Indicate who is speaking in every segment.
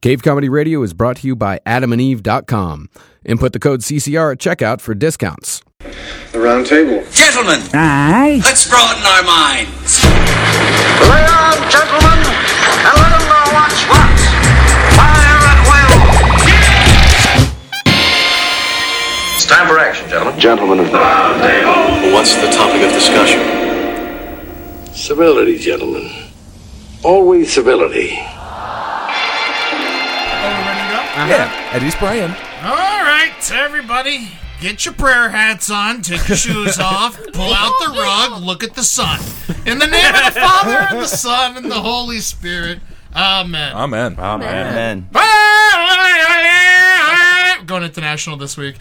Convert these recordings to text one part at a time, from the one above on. Speaker 1: Cave Comedy Radio is brought to you by adamandeve.com. Input the code CCR at checkout for discounts.
Speaker 2: The round table.
Speaker 3: Gentlemen, let's broaden our minds.
Speaker 4: Lay on, gentlemen, and let 'em know what's what. Fire at will. It's time for action, gentlemen.
Speaker 2: Gentlemen of the.
Speaker 5: What's the topic of discussion?
Speaker 6: Civility, gentlemen. Always civility.
Speaker 7: At East Bryan.
Speaker 8: All right, everybody, get your prayer hats on, take your shoes off, pull out the rug, look at the sun. In the name of the Father, and the Son, and the Holy Spirit. Amen.
Speaker 7: Amen.
Speaker 9: Amen.
Speaker 8: Going international this week.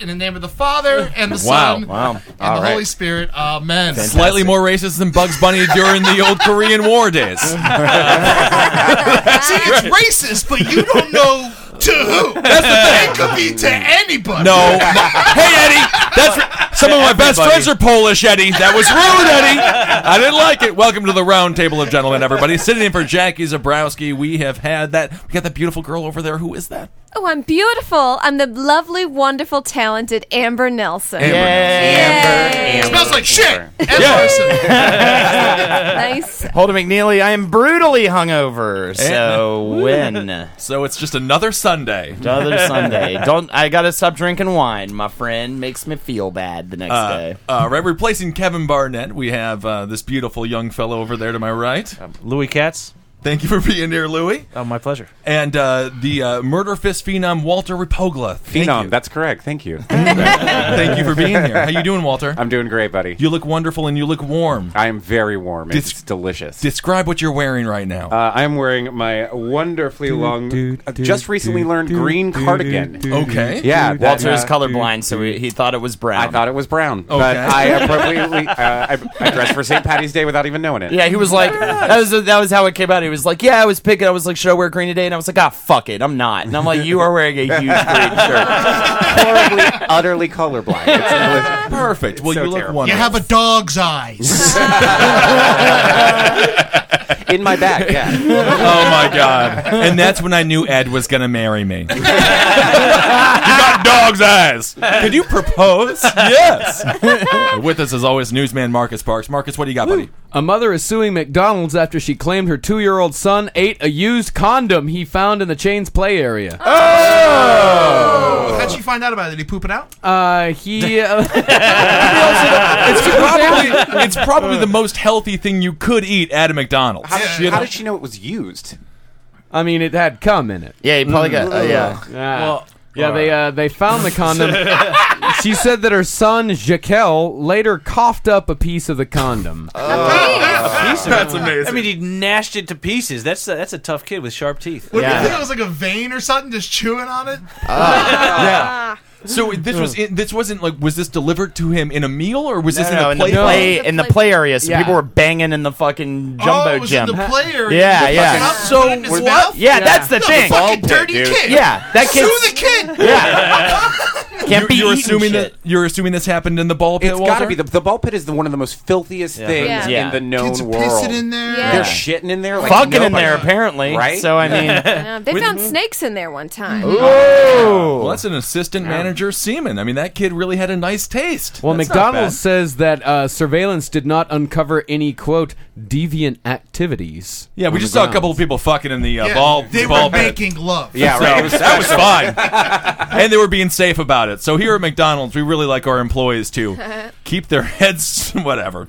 Speaker 8: In the name of the Father and the
Speaker 7: Wow,
Speaker 8: Son
Speaker 9: wow.
Speaker 8: and
Speaker 9: All
Speaker 8: the
Speaker 9: right.
Speaker 8: Holy Spirit. Amen.
Speaker 7: Slightly more racist than Bugs Bunny during the old Korean War days.
Speaker 8: See, it's racist, but you don't know to who. It could be to anybody.
Speaker 7: No. hey, Eddie. That's some of my best friends are Polish, Eddie. That was rude, Eddie. I didn't like it. Welcome to the round table of gentlemen, everybody. Sitting in for Jackie Zabrowski. We have had that. We got that beautiful girl over there. Who is that?
Speaker 10: Oh, I'm beautiful. I'm the lovely, wonderful, talented Amber Nelson.
Speaker 9: Amber.
Speaker 8: Smells like shit. And
Speaker 7: Yeah.
Speaker 8: Larson.
Speaker 10: Nice.
Speaker 9: Holden McNeely, I am brutally hungover. So when?
Speaker 7: Eh. So it's just another Sunday.
Speaker 9: Another Sunday. Don't I gotta stop drinking wine, my friend. Makes me feel bad the next
Speaker 7: Uh,
Speaker 9: day.
Speaker 7: uh, right, replacing Kevin Barnett, we have uh, this beautiful young fellow over there to my right.
Speaker 11: Um, Louis Katz.
Speaker 7: Thank you for being here, Louie.
Speaker 11: Oh, my pleasure.
Speaker 7: And uh, the uh, murder fist phenom Walter Ripogla. Thank
Speaker 11: Phenom,
Speaker 7: you.
Speaker 11: that's correct. Thank you.
Speaker 7: Thank you for being here. How you doing, Walter?
Speaker 11: I'm doing great, buddy.
Speaker 7: You look wonderful and you look warm.
Speaker 11: I am very warm. and
Speaker 7: Dis-
Speaker 11: it's delicious.
Speaker 7: Describe what you're wearing right now.
Speaker 11: uh, I'm wearing my wonderfully long, uh, just recently learned green cardigan.
Speaker 7: okay.
Speaker 11: Yeah, that,
Speaker 9: Walter is
Speaker 11: uh,
Speaker 9: colorblind, so he, he thought it was brown.
Speaker 11: I thought it was brown, but
Speaker 7: Okay.
Speaker 11: I appropriately uh, I, I dressed for St. Patty's Day without even knowing it.
Speaker 9: Yeah, he was like, that was that was how it came out. He was like, yeah, I was picking. I was like, should I wear green today? And I was like, ah, fuck it, I'm not. And I'm like, you are wearing a huge green shirt.
Speaker 11: horribly, utterly colorblind. It's delicious.
Speaker 7: Perfect. Well,
Speaker 11: so
Speaker 7: you look
Speaker 11: terrible.
Speaker 8: You
Speaker 7: wonderful.
Speaker 8: have a dog's eyes.
Speaker 11: in my back. Yeah,
Speaker 7: oh my god! And that's when I knew Ed was gonna marry me. you got dog's eyes. Could you propose? yes. With us as always, newsman Marcus Parks. Marcus, what do you got, buddy?
Speaker 1: A mother is suing McDonald's after she claimed her two year old son ate a used condom he found in the chain's play area.
Speaker 9: Oh.
Speaker 8: How'd you find out about it? Did he poop it out?
Speaker 1: Uh, he. uh,
Speaker 7: It's probably it's probably the most healthy thing you could eat at a McDonald's.
Speaker 11: how, did she,
Speaker 7: You
Speaker 11: how
Speaker 7: know?
Speaker 11: did she know it was used?
Speaker 1: I mean, it had cum in it.
Speaker 9: yeah, he probably got. Uh, yeah,
Speaker 1: Well, yeah, they uh, they found the condom. she said that her son Jaquel later coughed up a piece of the condom.
Speaker 9: Oh.
Speaker 7: That's amazing.
Speaker 11: I mean, he
Speaker 5: Gnashed it to pieces. That's a, that's a tough kid with sharp teeth.
Speaker 8: Would
Speaker 9: Yeah.
Speaker 8: you think it was like a vein or something just chewing on it?
Speaker 7: Uh, So this was in, this wasn't like was this delivered to him in a meal or was this
Speaker 9: No, no,
Speaker 7: in a play?
Speaker 1: No.
Speaker 9: play in the play area, so
Speaker 1: Yeah.
Speaker 9: people were banging in the fucking jumbo
Speaker 8: oh, it was
Speaker 9: gym.
Speaker 8: in the player.
Speaker 9: Yeah,
Speaker 8: He
Speaker 9: yeah.
Speaker 8: fucking up and
Speaker 7: So
Speaker 8: put it in his
Speaker 7: we're-
Speaker 8: mouth?
Speaker 9: yeah, that's the
Speaker 8: No,
Speaker 9: thing.
Speaker 8: the fucking dirty kid.
Speaker 9: yeah, that kid.
Speaker 8: Sue the kid.
Speaker 9: Yeah, can't be
Speaker 7: You, are
Speaker 9: eating
Speaker 7: assuming
Speaker 9: shit.
Speaker 7: that you're assuming this happened in the ball pit.
Speaker 11: It's
Speaker 7: Walter?
Speaker 11: got to be the, the ball pit is the, one of the most filthiest things
Speaker 10: Yeah.
Speaker 9: Yeah.
Speaker 11: in the known
Speaker 8: Kids are
Speaker 11: world.
Speaker 8: pissing in there.
Speaker 10: Yeah.
Speaker 11: They're shitting in there, like
Speaker 9: fucking in
Speaker 11: nobody.
Speaker 9: there apparently.
Speaker 11: Right?
Speaker 9: So I mean,
Speaker 10: Uh, they found snakes in there one time.
Speaker 7: Well, that's an assistant manager semen. I mean, that kid really had a nice taste.
Speaker 1: Well,
Speaker 7: That's not
Speaker 1: McDonald's
Speaker 7: bad.
Speaker 1: says that uh, surveillance did not uncover any quote deviant activities.
Speaker 7: Yeah, we
Speaker 1: on
Speaker 7: just
Speaker 1: the
Speaker 7: saw a couple of
Speaker 1: grounds.
Speaker 7: people fucking in the uh,
Speaker 8: Yeah,
Speaker 7: ball
Speaker 8: they
Speaker 7: ball
Speaker 8: were
Speaker 7: pit.
Speaker 8: making love.
Speaker 11: Yeah, right. It
Speaker 7: So
Speaker 11: was
Speaker 7: that was fine, and they were being safe about it. So here at McDonald's, we really like our employees to keep their heads whatever.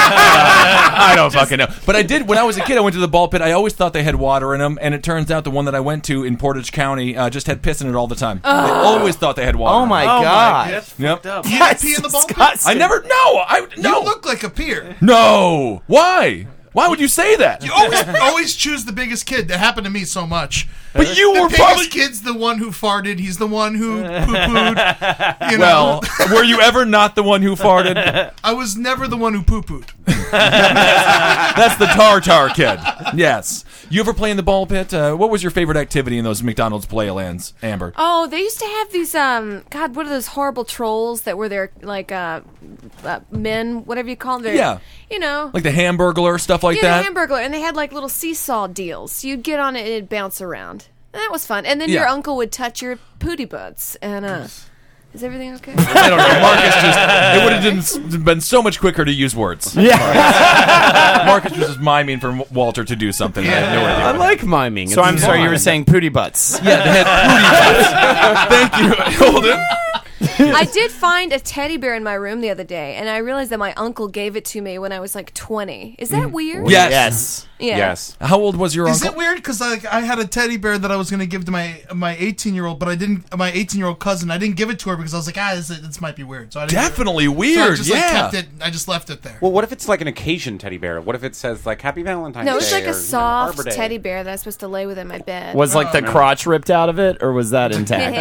Speaker 7: I don't fucking know. But I did when I was a kid. I went to the ball pit. I always thought they had water in them, and it turns out the one that I went to in Portage County uh, just had piss in it all the time. They always thought they had water.
Speaker 9: oh my god,
Speaker 7: Yep.
Speaker 8: You didn't pee in the ball pit?
Speaker 9: disgusting.
Speaker 7: I never. No. I no.
Speaker 8: You look like a peer.
Speaker 7: no. Why? Why would you say that?
Speaker 8: You always, always choose the biggest kid. That happened to me so much.
Speaker 7: But you
Speaker 8: The
Speaker 7: were
Speaker 8: biggest
Speaker 7: probably.
Speaker 8: kid's the one who farted. He's the one who poo-pooed. You know,
Speaker 7: Well, were you ever not the one who farted?
Speaker 8: I was never the one who poo-pooed.
Speaker 7: That's the Tartar kid. Yes. You ever play in the ball pit? Uh, what was your favorite activity in those McDonald's playlands, Amber?
Speaker 10: Oh, they used to have these. Um, God, what are those horrible trolls that were there? Like uh, uh men, whatever you call them. They're-
Speaker 7: Yeah.
Speaker 10: You know,
Speaker 7: Like the Hamburglar stuff like
Speaker 10: yeah,
Speaker 7: that.
Speaker 10: the Hamburglar, and they had like little seesaw deals. So you'd get on it and it'd bounce around. And that was fun. And then
Speaker 7: Yeah.
Speaker 10: your uncle would touch your pooty butts. And uh, is everything okay?
Speaker 7: I don't know. Marcus just it would have been, been so much quicker to use words.
Speaker 9: Yeah.
Speaker 7: Marcus was just miming for Walter to do something. I, had no idea.
Speaker 1: I like miming.
Speaker 9: So
Speaker 7: It's
Speaker 9: I'm sorry, you were
Speaker 7: fun.
Speaker 9: saying pooty butts.
Speaker 7: Yeah, they had pooty butts. Thank you, Holden.
Speaker 10: I did find a teddy bear in my room the other day, and I realized that my uncle gave it to me when I was like 20. Is
Speaker 7: Mm-hmm.
Speaker 10: that weird?
Speaker 7: Yes.
Speaker 10: Yeah. Yes.
Speaker 7: How old was your
Speaker 8: Is
Speaker 7: uncle?
Speaker 8: it weird? Because like I had a teddy bear that I was going to give to my my 18 year old, but I didn't. My 18 year old cousin, I didn't give it to her because I was like, ah, this, this might be weird. So I didn't
Speaker 7: Definitely
Speaker 8: give it-
Speaker 7: weird.
Speaker 8: So I just, like,
Speaker 11: yeah.
Speaker 8: kept it. I just left it there.
Speaker 11: Well, what if it's like an occasion teddy bear? What if it says like Happy Valentine's Day?
Speaker 10: No, it was like
Speaker 11: or,
Speaker 10: a
Speaker 11: you know,
Speaker 10: soft
Speaker 11: Arbor Day?
Speaker 10: teddy bear that I was supposed to lay with in my bed.
Speaker 9: Was like
Speaker 7: Oh,
Speaker 8: Oh,
Speaker 9: the crotch ripped out of it, or was that intact?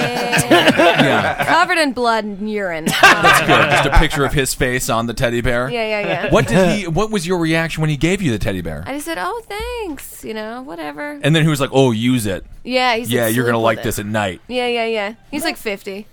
Speaker 7: yeah.
Speaker 10: Covered in blood and urine.
Speaker 7: That's good. Just a picture of his face on the teddy bear.
Speaker 10: Yeah, yeah, yeah.
Speaker 7: What did he? What was your reaction when he gave you the teddy bear?
Speaker 10: I just said, oh, thanks, you know, whatever.
Speaker 7: And then he was like, "Oh, use it.
Speaker 10: Yeah, he's
Speaker 7: yeah, you're gonna like this
Speaker 10: And-
Speaker 7: at night."
Speaker 10: yeah, yeah, yeah. He's like 50.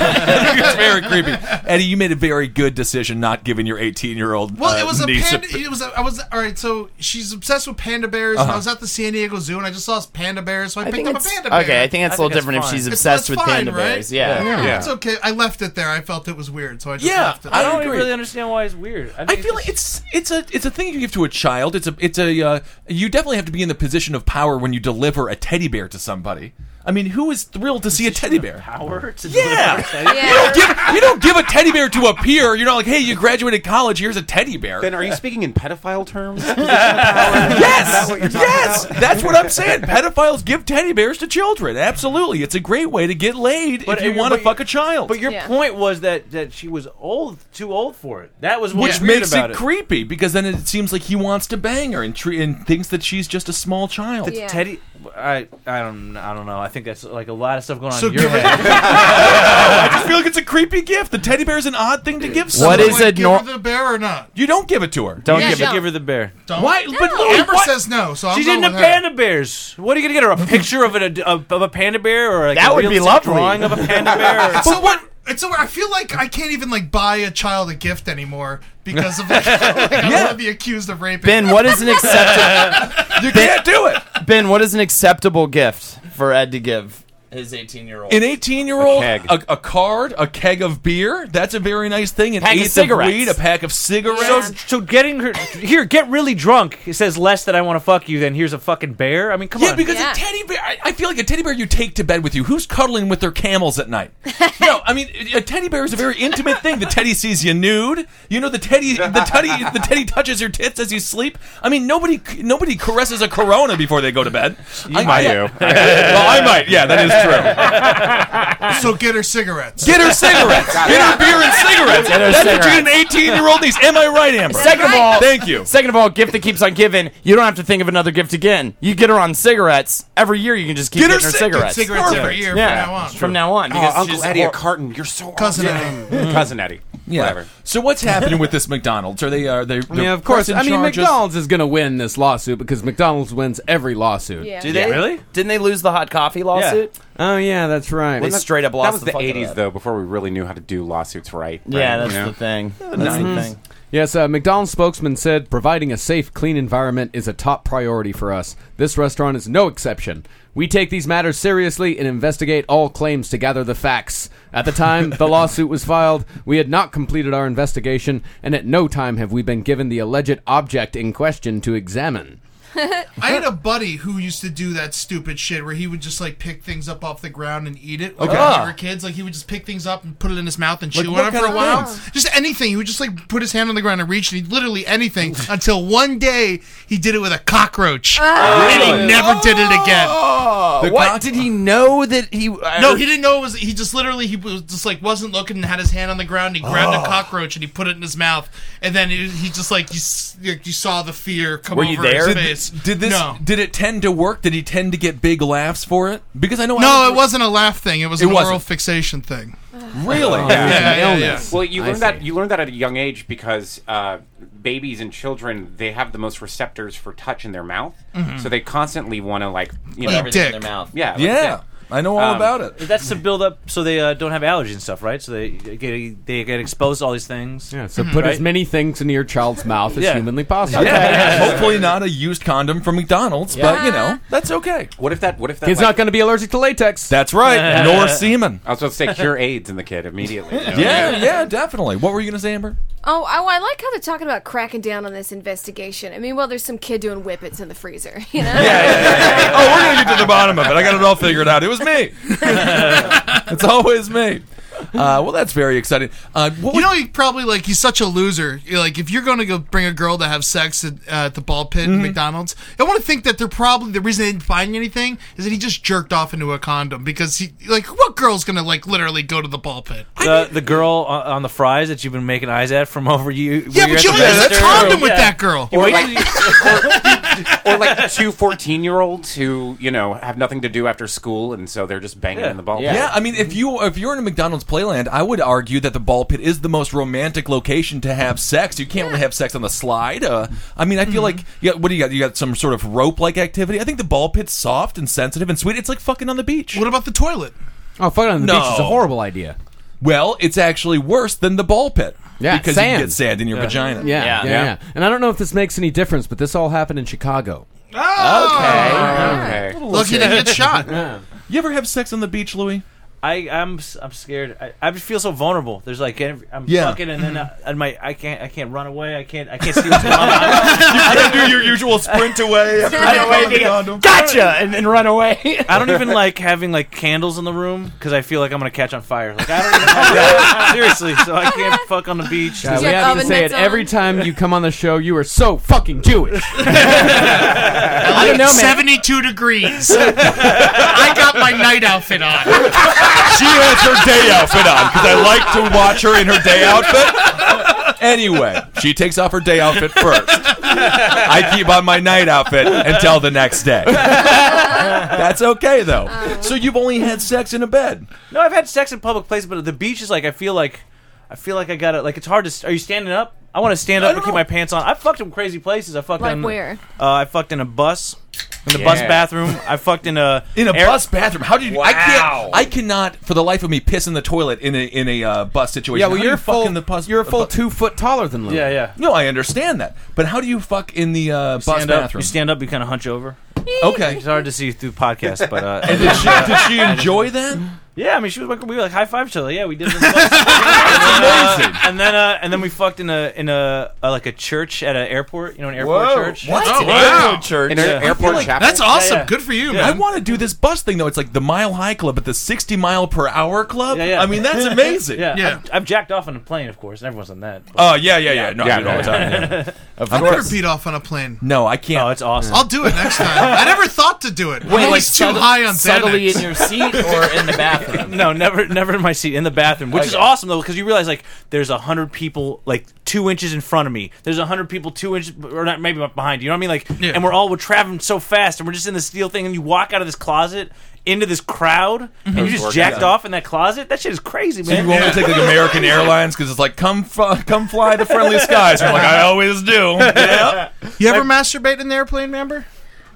Speaker 7: it's very creepy. Eddie, you made a very good decision not giving your 18 year old.
Speaker 8: Well, it was a
Speaker 7: Uh, niece
Speaker 8: panda. It was. A, I was all right. So she's obsessed with panda bears, and
Speaker 7: Uh-huh.
Speaker 8: I was at the San Diego Zoo, and I just saw this panda bear, so I, picked up a panda bear.
Speaker 9: Okay, I think that's a little different if she's
Speaker 8: It's-
Speaker 9: obsessed
Speaker 8: that's
Speaker 9: with
Speaker 8: fine,
Speaker 9: panda
Speaker 8: right?
Speaker 9: bears. Yeah.
Speaker 8: it's okay. I left it there. I felt it was weird, so I just
Speaker 7: Yeah,
Speaker 8: left it.
Speaker 7: I don't agree.
Speaker 5: really understand why it's weird. I,
Speaker 7: I feel like it's it's a it's a thing you give to a child. It's a it's a uh, you definitely have to be in the position of power when you deliver a teddy bear to somebody. I mean, who is thrilled to see a teddy bear?
Speaker 5: Power to
Speaker 7: Yeah.
Speaker 5: deliver a teddy
Speaker 7: You don't give you don't give a teddy bear to a peer. You're not like, hey, you graduated college. Here's a teddy bear.
Speaker 11: Then are you speaking in pedophile terms?
Speaker 7: yes, yes, that's what I'm saying. Pedophiles give teddy bears to children. Absolutely, it's a great way to get laid if you
Speaker 5: uh,
Speaker 7: want to
Speaker 5: but-
Speaker 7: fuck a child.
Speaker 5: But your point was that that she was old, too old for it. That was what was
Speaker 7: Which
Speaker 5: weird
Speaker 7: makes
Speaker 5: about
Speaker 7: it, creepy because then it seems like he wants to bang her and, tre- and thinks that she's just a small child.
Speaker 5: The Teddy, I, I don't, I don't know. I think that's like a lot of stuff going on
Speaker 7: So
Speaker 5: in your
Speaker 7: give it-
Speaker 5: head.
Speaker 7: I just feel like it's a creepy gift. The teddy bear is an odd thing to give.
Speaker 5: What
Speaker 7: Someone.
Speaker 5: is Like, it give nor-
Speaker 8: her the bear or not?
Speaker 7: You don't give it to her.
Speaker 5: Don't Yeah, give it- don't. give her the bear.
Speaker 8: Don't.
Speaker 7: Why? But
Speaker 8: No.
Speaker 7: Louis,
Speaker 8: Amber
Speaker 7: what-
Speaker 8: says no, so I'm
Speaker 5: She's
Speaker 8: going
Speaker 5: into
Speaker 8: with her.
Speaker 5: panda bears. What are you gonna get her? A picture of, an, of, of a panda bear or like
Speaker 9: That
Speaker 5: a
Speaker 9: would be
Speaker 5: realistic
Speaker 9: lovely.
Speaker 5: drawing of a panda bear?
Speaker 8: It's so what? It's so I feel like I can't even like buy a child a gift anymore because of like, I want to be accused of raping.
Speaker 9: Ben, what is an acceptable?
Speaker 7: you can't do it.
Speaker 9: Ben, what is an acceptable gift for Ed to give his 18 year old?
Speaker 7: An 18 year old, a, a card, a keg of beer. That's a very nice thing. An
Speaker 5: Pack of
Speaker 7: eighth
Speaker 5: cigarettes.
Speaker 7: weed, a pack of cigarettes.
Speaker 5: So, so getting her here, get really drunk. It says less that I want to fuck you than here's a fucking bear. I mean, come
Speaker 7: Yeah,
Speaker 5: on.
Speaker 7: because a teddy bear, I, I feel like a teddy bear you take to bed with you. Who's cuddling with their camels at night? no, I mean a teddy bear is a very intimate thing. The teddy sees you nude. You know the teddy, the teddy, the teddy touches your tits as you sleep. I mean nobody, nobody caresses a corona before they go to bed. You I,
Speaker 11: might
Speaker 7: yeah.
Speaker 11: do.
Speaker 7: well, I might. Yeah, that is true.
Speaker 8: so get her cigarettes.
Speaker 7: Get her cigarettes. Get her beer and cigarettes.
Speaker 9: Get her
Speaker 7: That's what you get an
Speaker 9: cigarettes.
Speaker 7: 18 year old niece. Am I right, Amber?
Speaker 9: Second of all,
Speaker 7: thank you.
Speaker 9: Second of all, gift that keeps on giving. You don't have to think of another gift again. You get her on cigarettes every year. You can just keep
Speaker 7: Get her
Speaker 9: getting her
Speaker 7: ci-
Speaker 9: cigarettes.
Speaker 7: cigarettes every Perfect. year from
Speaker 9: yeah.
Speaker 7: now on.
Speaker 9: From now on,
Speaker 11: Oh,
Speaker 9: because
Speaker 11: Uncle
Speaker 9: she's
Speaker 11: Eddie, a
Speaker 9: hor-
Speaker 11: carton. You're so old.
Speaker 8: Cousin
Speaker 11: Yeah.
Speaker 8: Eddie.
Speaker 11: Cousin Eddie.
Speaker 7: Yeah.
Speaker 11: Whatever.
Speaker 7: So what's happening with this McDonald's? Are they? uh, Are they?
Speaker 1: I mean,
Speaker 7: they're
Speaker 1: of course.
Speaker 7: pressing
Speaker 1: I mean,
Speaker 7: charges?
Speaker 1: McDonald's is going to win this lawsuit because McDonald's wins every lawsuit.
Speaker 9: Do they Didn't they lose the hot coffee lawsuit?
Speaker 1: Oh yeah, that's right.
Speaker 9: They straight up
Speaker 11: That
Speaker 9: lost
Speaker 11: was
Speaker 9: the
Speaker 11: the
Speaker 9: fuck out of
Speaker 11: 80s,
Speaker 9: that.
Speaker 11: though, before we really knew how to do lawsuits right.
Speaker 9: Yeah,
Speaker 11: Right,
Speaker 9: that's
Speaker 11: you know?
Speaker 9: the thing. That's
Speaker 1: Mhm.
Speaker 9: the thing.
Speaker 1: Yes, uh, McDonald's spokesman said providing a safe, clean environment is a top priority for us. This restaurant is no exception. We take these matters seriously and investigate all claims to gather the facts. At the time the lawsuit was filed, we had not completed our investigation, and at no time have we been given the alleged object in question to examine.
Speaker 8: I had a buddy who used to do that stupid shit where he would just like pick things up off the ground and eat it. Like
Speaker 7: Okay. Ah.
Speaker 8: when we were kids, like he would just pick things up and put it in his mouth and
Speaker 7: Like,
Speaker 8: chew
Speaker 7: what
Speaker 8: on it
Speaker 7: kind
Speaker 8: for a
Speaker 7: of
Speaker 8: while.
Speaker 7: things?
Speaker 8: Just anything. He would just like put his hand on the ground and reach and he'd literally anything until one day he did it with a cockroach.
Speaker 7: Ah.
Speaker 8: and he never did it again.
Speaker 9: Oh, what did he know that he? uh,
Speaker 8: No, he didn't know it was. He just literally he was just like wasn't looking and had his hand on the ground. And he grabbed
Speaker 9: Oh.
Speaker 8: a cockroach and he put it in his mouth, and then he, he just like you, s- you you saw the fear come over his
Speaker 7: Did,
Speaker 8: face.
Speaker 7: did this?
Speaker 8: No,
Speaker 7: Did it tend to work? Did he tend to get big laughs for it? Because I know.
Speaker 8: no, it wasn't a laugh thing. It was
Speaker 7: It
Speaker 8: an
Speaker 7: wasn't.
Speaker 8: oral fixation thing.
Speaker 7: Really?
Speaker 8: Yeah, yeah, yeah, yeah.
Speaker 11: Well, you
Speaker 8: I
Speaker 11: learned
Speaker 8: see.
Speaker 11: that you learned that at a young age because uh, babies and children, they have the most receptors for touch in their mouth,
Speaker 5: Mhm.
Speaker 11: so they constantly want to like you
Speaker 5: Put
Speaker 11: know
Speaker 5: everything in their Dick. mouth.
Speaker 11: Yeah, like
Speaker 5: Yeah. Um,
Speaker 7: I know
Speaker 11: all about
Speaker 7: it.
Speaker 5: That's to build up so they uh, don't have allergies and stuff, right? So they get they get exposed to all these things.
Speaker 1: Yeah.
Speaker 8: Mhm.
Speaker 1: So put as many things into your child's mouth as
Speaker 5: Mm-hmm. Yeah.
Speaker 1: humanly possible.
Speaker 7: Hopefully not a used condom from McDonald's, but you know that's okay.
Speaker 11: What if that? What if that?
Speaker 1: Kid's
Speaker 11: like-
Speaker 1: not going to be allergic to latex.
Speaker 7: That's right. Nor semen.
Speaker 11: I was supposed to say cure AIDS in the kid immediately. you know?
Speaker 7: Yeah, yeah, definitely. What were you gonna say, Amber?
Speaker 10: Oh, I, I like how they're talking about cracking down on this investigation. I mean, well, there's some kid doing whippets in the freezer, you know?
Speaker 7: oh, we're gonna get to the bottom of it. I got it all figured out. It was me. it's always me. Uh, well, that's very exciting. Uh, what
Speaker 8: you know, he probably like he's such a loser. You're like, if you're going to go bring a girl to have sex at, uh, at the ball pit
Speaker 7: Mm-hmm.
Speaker 8: at McDonald's, I want to think that they're probably the reason they didn't find anything is that he just jerked off into a condom because he like what girl's going to like literally go to the ball pit?
Speaker 5: The, the girl on, on the fries that you've been making eyes at from over you.
Speaker 8: Yeah, but you don't use a condom with that girl.
Speaker 5: Or,
Speaker 11: or like two 14 year olds who you know have nothing to do after school and so they're just banging in the ball
Speaker 7: Yeah.
Speaker 11: pit.
Speaker 7: I mean, if you if you're in a McDonald's playland, I would argue that the ball pit is the most romantic location to have sex. You can't really have sex on the slide. Uh, I mean, I feel like yeah. What do you got? You got some sort of rope like activity. I think the ball pit's soft and sensitive and sweet. It's like fucking on the beach. What
Speaker 8: about the toilet?
Speaker 1: Oh, fucking on the
Speaker 7: No.
Speaker 1: beach is a horrible idea.
Speaker 7: Well, it's actually worse than the ball pit.
Speaker 1: Yeah,
Speaker 7: because
Speaker 1: sand.
Speaker 7: you get sand in your vagina.
Speaker 1: Yeah yeah, yeah, And I don't know if this makes any difference, but this all happened in Chicago.
Speaker 7: Okay.
Speaker 1: Okay. Lucky they get shot.
Speaker 7: You ever have sex on the beach, Louis?
Speaker 5: I I'm s- I'm scared. I, I just feel so vulnerable. There's like every, I'm
Speaker 7: Yeah.
Speaker 5: fucking and then I,
Speaker 8: Mm-hmm.
Speaker 5: and my I can't I can't run away. I can't I can't see what's going on. I
Speaker 7: don't do your usual sprint away.
Speaker 5: after
Speaker 9: I don't
Speaker 5: pulling the
Speaker 9: think-
Speaker 5: condom.
Speaker 9: Gotcha, and then run away.
Speaker 5: I don't even like having like candles in the room because I feel like I'm gonna catch on fire. Like I don't even seriously, so I can't fuck on the beach.
Speaker 1: God, we have to say it every time you come on the show. You are so fucking Jewish.
Speaker 8: I
Speaker 1: don't know, man.
Speaker 8: Seventy-two degrees. I got my night outfit on.
Speaker 7: she has her day outfit on because I like to watch her in her day outfit. Anyway, she takes off her day outfit first. I keep on my night outfit until the next day. That's okay though. So you've only had sex in a bed.
Speaker 5: No, I've had sex in public places, but the beach is like I feel like I feel like I got to like it's hard to. st- Are you standing up? I want to stand up and keep my pants on. I fucked in crazy places. I fucked
Speaker 10: Like
Speaker 5: in,
Speaker 10: where?
Speaker 5: Uh, I fucked in a bus. In the bus
Speaker 7: Yeah.
Speaker 5: bathroom, I fucked in a
Speaker 7: In a
Speaker 5: air-
Speaker 7: bus bathroom. How did you? I can't. I cannot, for the life of me, piss in the toilet in a in a uh, bus situation.
Speaker 1: Yeah, well,
Speaker 7: How do
Speaker 1: you're
Speaker 7: you fuck
Speaker 1: full-
Speaker 7: in the bus.
Speaker 1: you're a full two foot taller than Louis.
Speaker 5: Yeah, yeah.
Speaker 7: No, I understand that, but how do you fuck in the uh, bus
Speaker 5: stand up.
Speaker 7: bathroom?
Speaker 5: You stand up. You kind of hunch over.
Speaker 7: Okay.
Speaker 5: it's hard to see through podcast, but uh,
Speaker 7: And did she- did she enjoy that?
Speaker 5: Yeah, I mean, she was like, we were like high five each other. Yeah, we did. It in the bus. That's amazing. and then, uh, and then we fucked in a in a, uh like a church at an airport. You know, an airport
Speaker 7: Whoa.
Speaker 5: church.
Speaker 7: What? Oh, wow. Airport church. In an
Speaker 5: Yeah.
Speaker 7: airport chapel? That's awesome. Good
Speaker 8: for you,
Speaker 7: I want to do this bus thing though. It's like the mile high club, but the sixty mile per hour club. I mean, that's amazing.
Speaker 5: yeah, I've, I've jacked off on a plane, of course, and everyone's done that.
Speaker 7: Oh yeah, yeah, yeah. No, I do it all the time. yeah.
Speaker 5: Of
Speaker 8: I never
Speaker 5: course.
Speaker 8: beat off on a plane.
Speaker 7: No, I can't.
Speaker 5: Oh, it's awesome.
Speaker 8: I'll do it next time. I never thought to do it. I'm always too high on Xanax.
Speaker 5: in the bathroom? no, never, never in my seat. In the bathroom, which is
Speaker 8: Okay.
Speaker 5: awesome though, because you realize like there's a hundred people like two inches in front of me. There's a hundred people two inches or not maybe behind you. You know what I mean? Like, and we're all we're traveling so fast, and we're just in this steel thing, and you walk out of this closet into this crowd, and you
Speaker 7: Those
Speaker 5: just
Speaker 7: work
Speaker 5: jacked
Speaker 7: Mm-hmm. out.
Speaker 5: off in that closet. That shit is crazy,
Speaker 7: So you
Speaker 5: man.
Speaker 7: only take like American Airlines because it's like come f- come fly to friendly skies. You're like I always do. Yeah.
Speaker 8: You ever masturbate in the airplane, member?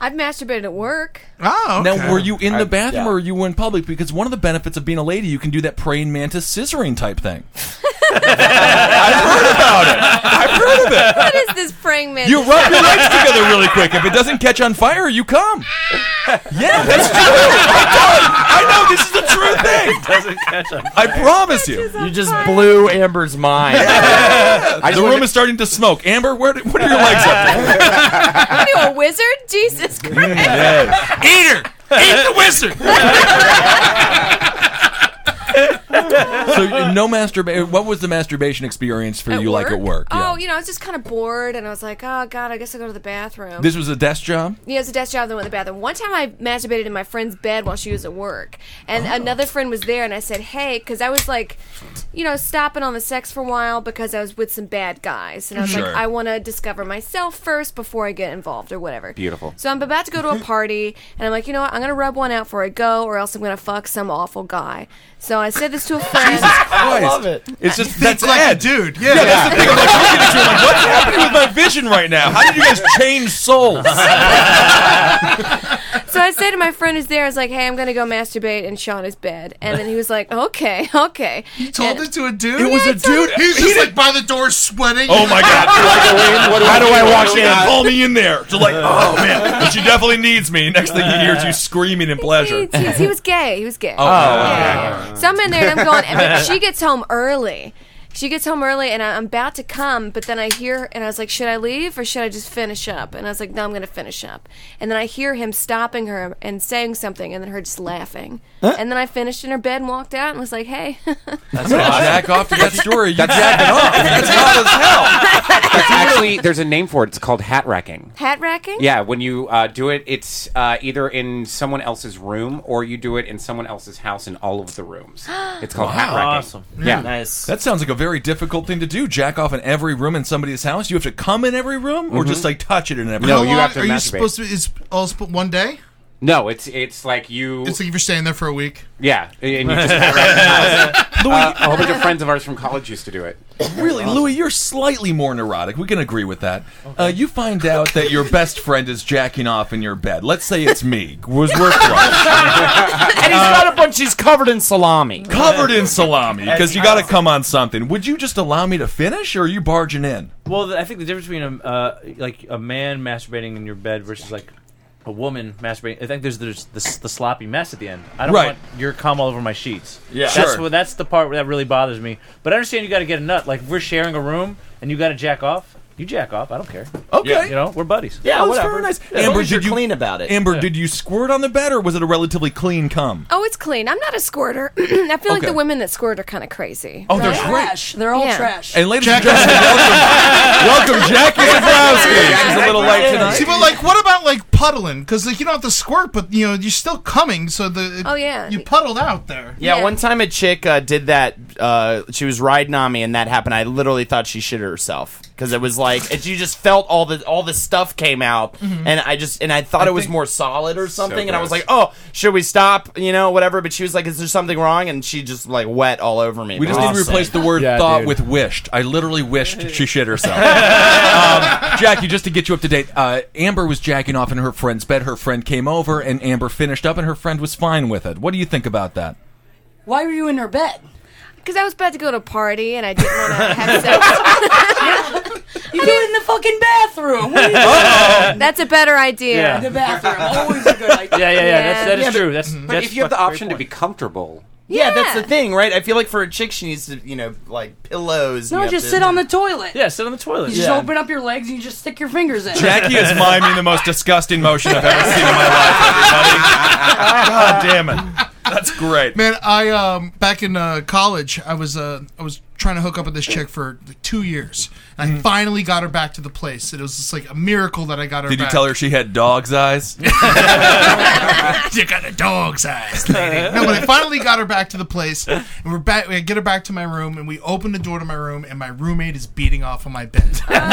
Speaker 10: I've masturbated at work.
Speaker 8: Oh.
Speaker 7: Now, were you in the
Speaker 8: I-
Speaker 7: bathroom
Speaker 8: yeah.
Speaker 7: or you were in public? Because one of the benefits of being a lady, you can do that praying mantis scissoring type thing. I've heard about it. I've heard of it.
Speaker 10: What is this praying man?
Speaker 7: You rub your legs together really quick. If it doesn't catch on fire, you come. Yeah, that's true. I, know. I know this is the true thing. It
Speaker 5: doesn't catch on
Speaker 7: I promise you.
Speaker 9: You just blew Amber's mind.
Speaker 7: the room is starting to smoke. Amber, where do, what are your legs up to?
Speaker 10: Are you a wizard? Jesus Christ.
Speaker 8: Eat her! Eat the wizard!
Speaker 7: so uh, no masturbation. What was the masturbation experience for
Speaker 10: At
Speaker 7: you like at work?
Speaker 10: Oh, you know, I was just kind of bored, and I was like, oh god, I guess I'll go to the bathroom.
Speaker 7: This was a desk job.
Speaker 10: Yeah, it's a desk job. Then went to the bathroom. One time, I masturbated in my friend's bed while she was at work, and
Speaker 7: Oh.
Speaker 10: another friend was there, and I said, "Hey," because I was like, you know, stopping on the sex for a while because I was with some bad guys, and I was like,
Speaker 11: Sure.
Speaker 10: I want to discover myself first before I get involved or whatever.
Speaker 11: Beautiful.
Speaker 10: So I'm about to go to a party, and I'm like, you know what? I'm gonna rub one out before I go, or else I'm gonna fuck some awful guy. So I said this to a friend.
Speaker 7: Christ. It's just that's
Speaker 8: like
Speaker 7: Ed,
Speaker 8: dude.
Speaker 7: Yeah, that's the thing. I'm like looking at you. I'm like, what's happening with my confusion right now. How did you guys change souls?
Speaker 10: So I say to my friend who's there, I was like, "Hey, I'm gonna go masturbate in Shauna's bed," and then he was like, "Okay, okay." You
Speaker 8: told it to a dude.
Speaker 10: It was a dude.
Speaker 8: He's just like by the door sweating.
Speaker 7: Oh my god! How do I
Speaker 8: Oh
Speaker 7: walk in? Pull
Speaker 8: Hold
Speaker 7: me in there. Just like, oh man, but she definitely needs me. Next thing you hear is you screaming in pleasure.
Speaker 10: He, he was gay. He was gay.
Speaker 7: Oh,
Speaker 10: yeah. So I'm in there and I'm going. And then she gets home early. She gets home early and I- I'm about to come, but then I hear and I was like, "Should I leave or should I just finish up?" And I was like, "No, I'm going to finish up." And then I hear him stopping her and saying something, and then her just laughing. And then I finished in her bed and walked out and was like, "Hey,
Speaker 7: That's jack off to that story. You
Speaker 11: That's
Speaker 7: jack it off. That's hot as hell.
Speaker 11: That's actually there's a name for it. It's called hat racking.
Speaker 10: hat racking."
Speaker 11: Yeah, when you uh, do it, it's uh, either in someone else's room or you do it in someone else's house in all of the rooms. It's called hat racking. Yeah,
Speaker 7: nice. That sounds like a very difficult thing to do. Jack off in every room in somebody's house. You have to come in every room, or
Speaker 11: Mhm.
Speaker 7: just like touch it in every.
Speaker 11: No,
Speaker 7: room?
Speaker 11: you have to
Speaker 8: Are you
Speaker 11: masturbate.
Speaker 8: supposed to? It's all sp- one day.
Speaker 11: No, it's it's like you.
Speaker 8: It's like if you're staying there for a week.
Speaker 11: yeah, and you just hat rack in the house. Uh, a whole bunch of friends of ours from college used to do it. Oh.
Speaker 7: Really, Louis, you're slightly more neurotic. We can agree with that. Uh, you find out that your best friend is jacking off in your bed. Let's say it's me. Was work
Speaker 9: and he's got a bunch. He's covered in salami.
Speaker 7: Uh, covered in salami because you got to come on something. Would you just allow me to finish, or are you barging in?
Speaker 5: Well, th- I think the difference between a uh, like a man masturbating in your bed versus like a woman masturbating, I think there's there's the, s- the sloppy mess at the end. I don't
Speaker 7: Right.
Speaker 5: want your cum all over my sheets.
Speaker 7: Yeah.
Speaker 5: that's
Speaker 7: Sure.
Speaker 5: what that's the part where that really bothers me. But I understand you got to get a nut. Like if we're sharing a room and you got to jack off. You jack off. I don't care.
Speaker 7: Okay.
Speaker 5: you know we're buddies.
Speaker 7: Yeah, that's very nice.
Speaker 5: Yeah, as long as you're clean.
Speaker 9: about it.
Speaker 7: Amber,
Speaker 5: Yeah.
Speaker 7: did you squirt on the bed, or was it a relatively clean cum?
Speaker 10: Oh, it's clean. I'm not a squirter. I feel like
Speaker 7: Okay.
Speaker 10: the women that squirt are kind of crazy.
Speaker 7: Oh, they're
Speaker 10: trash. They're all trash.
Speaker 7: And ladies and gentlemen, welcome, welcome Jackie Zabrowski. She's a little late tonight.
Speaker 8: See, but like, what about like puddling? Because like you don't have to squirt, but you know you're still coming. So the
Speaker 10: oh yeah,
Speaker 8: you puddled out there.
Speaker 9: Yeah, one time a chick uh, did that. Uh, she was riding on me, and that happened. I literally thought she shit herself because it was like it, you just felt all the all the stuff came out,
Speaker 8: Mm-hmm.
Speaker 12: Mhm.
Speaker 9: and I just and I thought it was more solid or something, and I was
Speaker 12: gross.
Speaker 9: like, oh, should we stop? You know, whatever. But she was like, is there something wrong? And she just like wet all over me.
Speaker 7: We just need to replace the word thought with wished. I literally wished she shit herself. um, Jackie, just to get you up to date, uh, Amber was jacking off in her friend's bed. Her friend came over, and Amber finished up, and her friend was fine with it. What do you think about that?
Speaker 10: Why were you in her bed? Because I was about to go to a party and I didn't want to have sex. you do it in the fucking bathroom.
Speaker 13: What are you
Speaker 5: doing?
Speaker 10: That's a better idea.
Speaker 5: Yeah. The
Speaker 10: bathroom. Always
Speaker 5: Yeah, yeah, yeah. That's, that is
Speaker 9: Yeah, but-
Speaker 5: true. That's
Speaker 9: but
Speaker 5: that's
Speaker 9: if you have the
Speaker 5: a great
Speaker 9: option to
Speaker 5: point.
Speaker 9: be
Speaker 11: comfortable.
Speaker 9: Yeah, that's the thing, right? I feel like for a chick, she needs to, you know, like pillows.
Speaker 12: No, just sit on the toilet.
Speaker 5: Yeah, sit on the
Speaker 12: You
Speaker 5: toilet.
Speaker 12: just
Speaker 9: Yeah.
Speaker 12: open up your legs and you just stick your fingers in.
Speaker 7: Jackie is miming the most disgusting motion I've ever seen in my life. Everybody, god damn it, that's great.
Speaker 8: Man, I um back in uh, college, I was uh I was trying to hook up with this chick for like, two years, and I finally got her back to the place. It was just like a miracle that I got her.
Speaker 7: Did you
Speaker 8: back.
Speaker 7: tell her she had dog's eyes?
Speaker 8: you got a dog's eyes, lady. No, but I finally got her back to the place, and we're back. We get her back to my room, and we open the door to my room, and my roommate is beating off on my bed. what?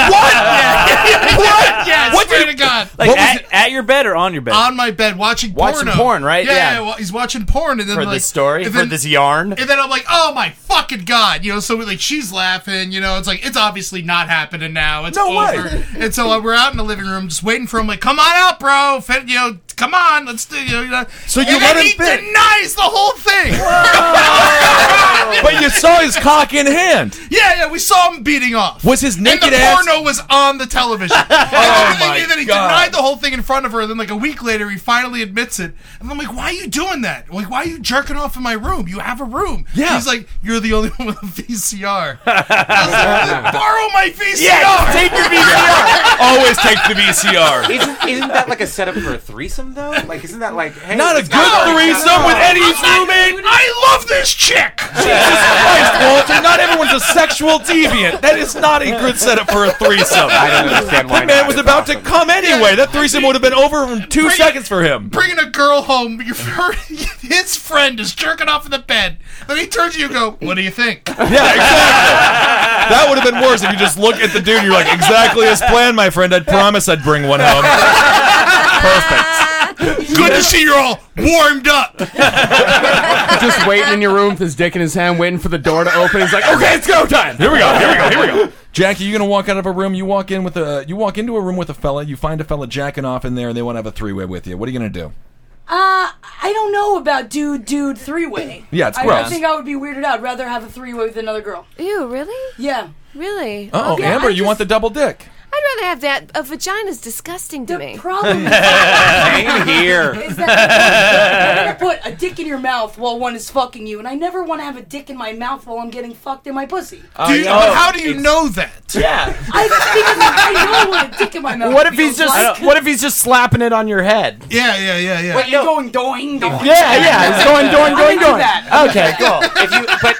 Speaker 8: what? Yeah,
Speaker 5: What
Speaker 8: swear
Speaker 5: did-
Speaker 8: to God.
Speaker 5: Like at, at your bed or on your bed?
Speaker 8: on my bed watching
Speaker 5: Watching
Speaker 8: porno.
Speaker 5: porn, right?
Speaker 8: Yeah,
Speaker 5: Yeah.
Speaker 8: yeah, wa- he's watching porn, and then
Speaker 9: For
Speaker 8: like
Speaker 9: this story,
Speaker 8: and
Speaker 9: for this yarn.
Speaker 8: and then I'm like, oh my fucking god, you know. So like she's laughing, you know. It's like it's obviously not happening now. It's
Speaker 13: No way.
Speaker 8: over. and so uh, we're out in the living room, just waiting for him. Like, come on out, bro. Fin- You know, come on, let's do. You know. you know.
Speaker 13: So
Speaker 8: And
Speaker 13: you
Speaker 8: then
Speaker 13: let him
Speaker 8: he
Speaker 13: fit.
Speaker 8: denies the whole thing.
Speaker 7: but you saw his cock in hand.
Speaker 8: Yeah, yeah, we saw him beating off.
Speaker 7: Was his naked
Speaker 8: and the
Speaker 7: ass?
Speaker 8: porno was on the television. and
Speaker 7: Oh
Speaker 8: everything-
Speaker 7: my
Speaker 8: and then he
Speaker 7: God.
Speaker 8: denied the whole thing in front of her. And then, like a week later, he finally admits it. And I'm like, "Why are you doing that? Like, why are you jerking off in my room? You have a room."
Speaker 13: Yeah.
Speaker 8: He's like, "You're the only one with a VCR." I was like, Borrow my VCR.
Speaker 13: Yeah,
Speaker 11: take your VCR.
Speaker 7: Always take the VCR.
Speaker 11: Isn't, isn't that like a setup for a threesome though? Like, isn't that like hey,
Speaker 7: Not a
Speaker 11: it's
Speaker 7: good threesome with Eddie's roommate.
Speaker 8: I love this chick.
Speaker 7: Jesus Christ, Walter! Not everyone's a sexual deviant. That is not a good setup for a threesome.
Speaker 11: I don't understand why
Speaker 7: That man
Speaker 11: not.
Speaker 7: was
Speaker 11: It's
Speaker 7: about to come anyway. That threesome would have been over in two seconds for him.
Speaker 8: Bringing a girl home, your, her, his friend is jerking off in the bed. Then he turns to you and go, "What do you think?"
Speaker 7: Yeah, exactly. That would have been worse if you just look at the dude. and You're like, exactly as planned, my friend. I'd promise I'd bring one home. Perfect.
Speaker 8: Good to see you're all warmed up.
Speaker 1: Just waiting in your room with his dick in his hand, waiting for the door to open. He's like, okay, it's go time.
Speaker 7: Here we go. Here we go. Here we go. Jackie, you gonna walk out of a room. You walk in with a. You walk into a room with a fella. You find a fella jacking off in there, and they want to have a three way with you. What are you gonna do?
Speaker 12: Uh, I don't know about dude, dude, three way.
Speaker 7: Yeah, it's
Speaker 12: I, I
Speaker 7: gross.
Speaker 12: think I would be weirded out. Rather have a three way with another girl.
Speaker 10: Ew, really?
Speaker 12: Yeah.
Speaker 10: Really?
Speaker 7: Oh,
Speaker 10: Yeah,
Speaker 7: Amber,
Speaker 10: I
Speaker 7: you want the double dick?
Speaker 10: I'd rather have that. A vagina's disgusting to me.
Speaker 1: Oh.
Speaker 12: Problem
Speaker 7: Same
Speaker 12: is that you're gonna put a dick in your mouth while one is fucking you, and I never want to have a dick in my mouth while I'm getting fucked in my pussy.
Speaker 8: Do
Speaker 9: Uh,
Speaker 8: you- but how do you know that?
Speaker 9: Oh, Yeah.
Speaker 12: I, because I know what a dick in my mouth.
Speaker 9: What if
Speaker 12: feels
Speaker 9: he's just
Speaker 12: like.
Speaker 9: What if he's just slapping it on your head?
Speaker 8: Yeah, yeah, yeah, yeah.
Speaker 12: Wait, you're going doing doing.
Speaker 9: Yeah, yeah, he's going doing
Speaker 12: I
Speaker 9: doing
Speaker 12: do
Speaker 9: doing.
Speaker 12: that.
Speaker 9: Okay, cool.
Speaker 11: If you, but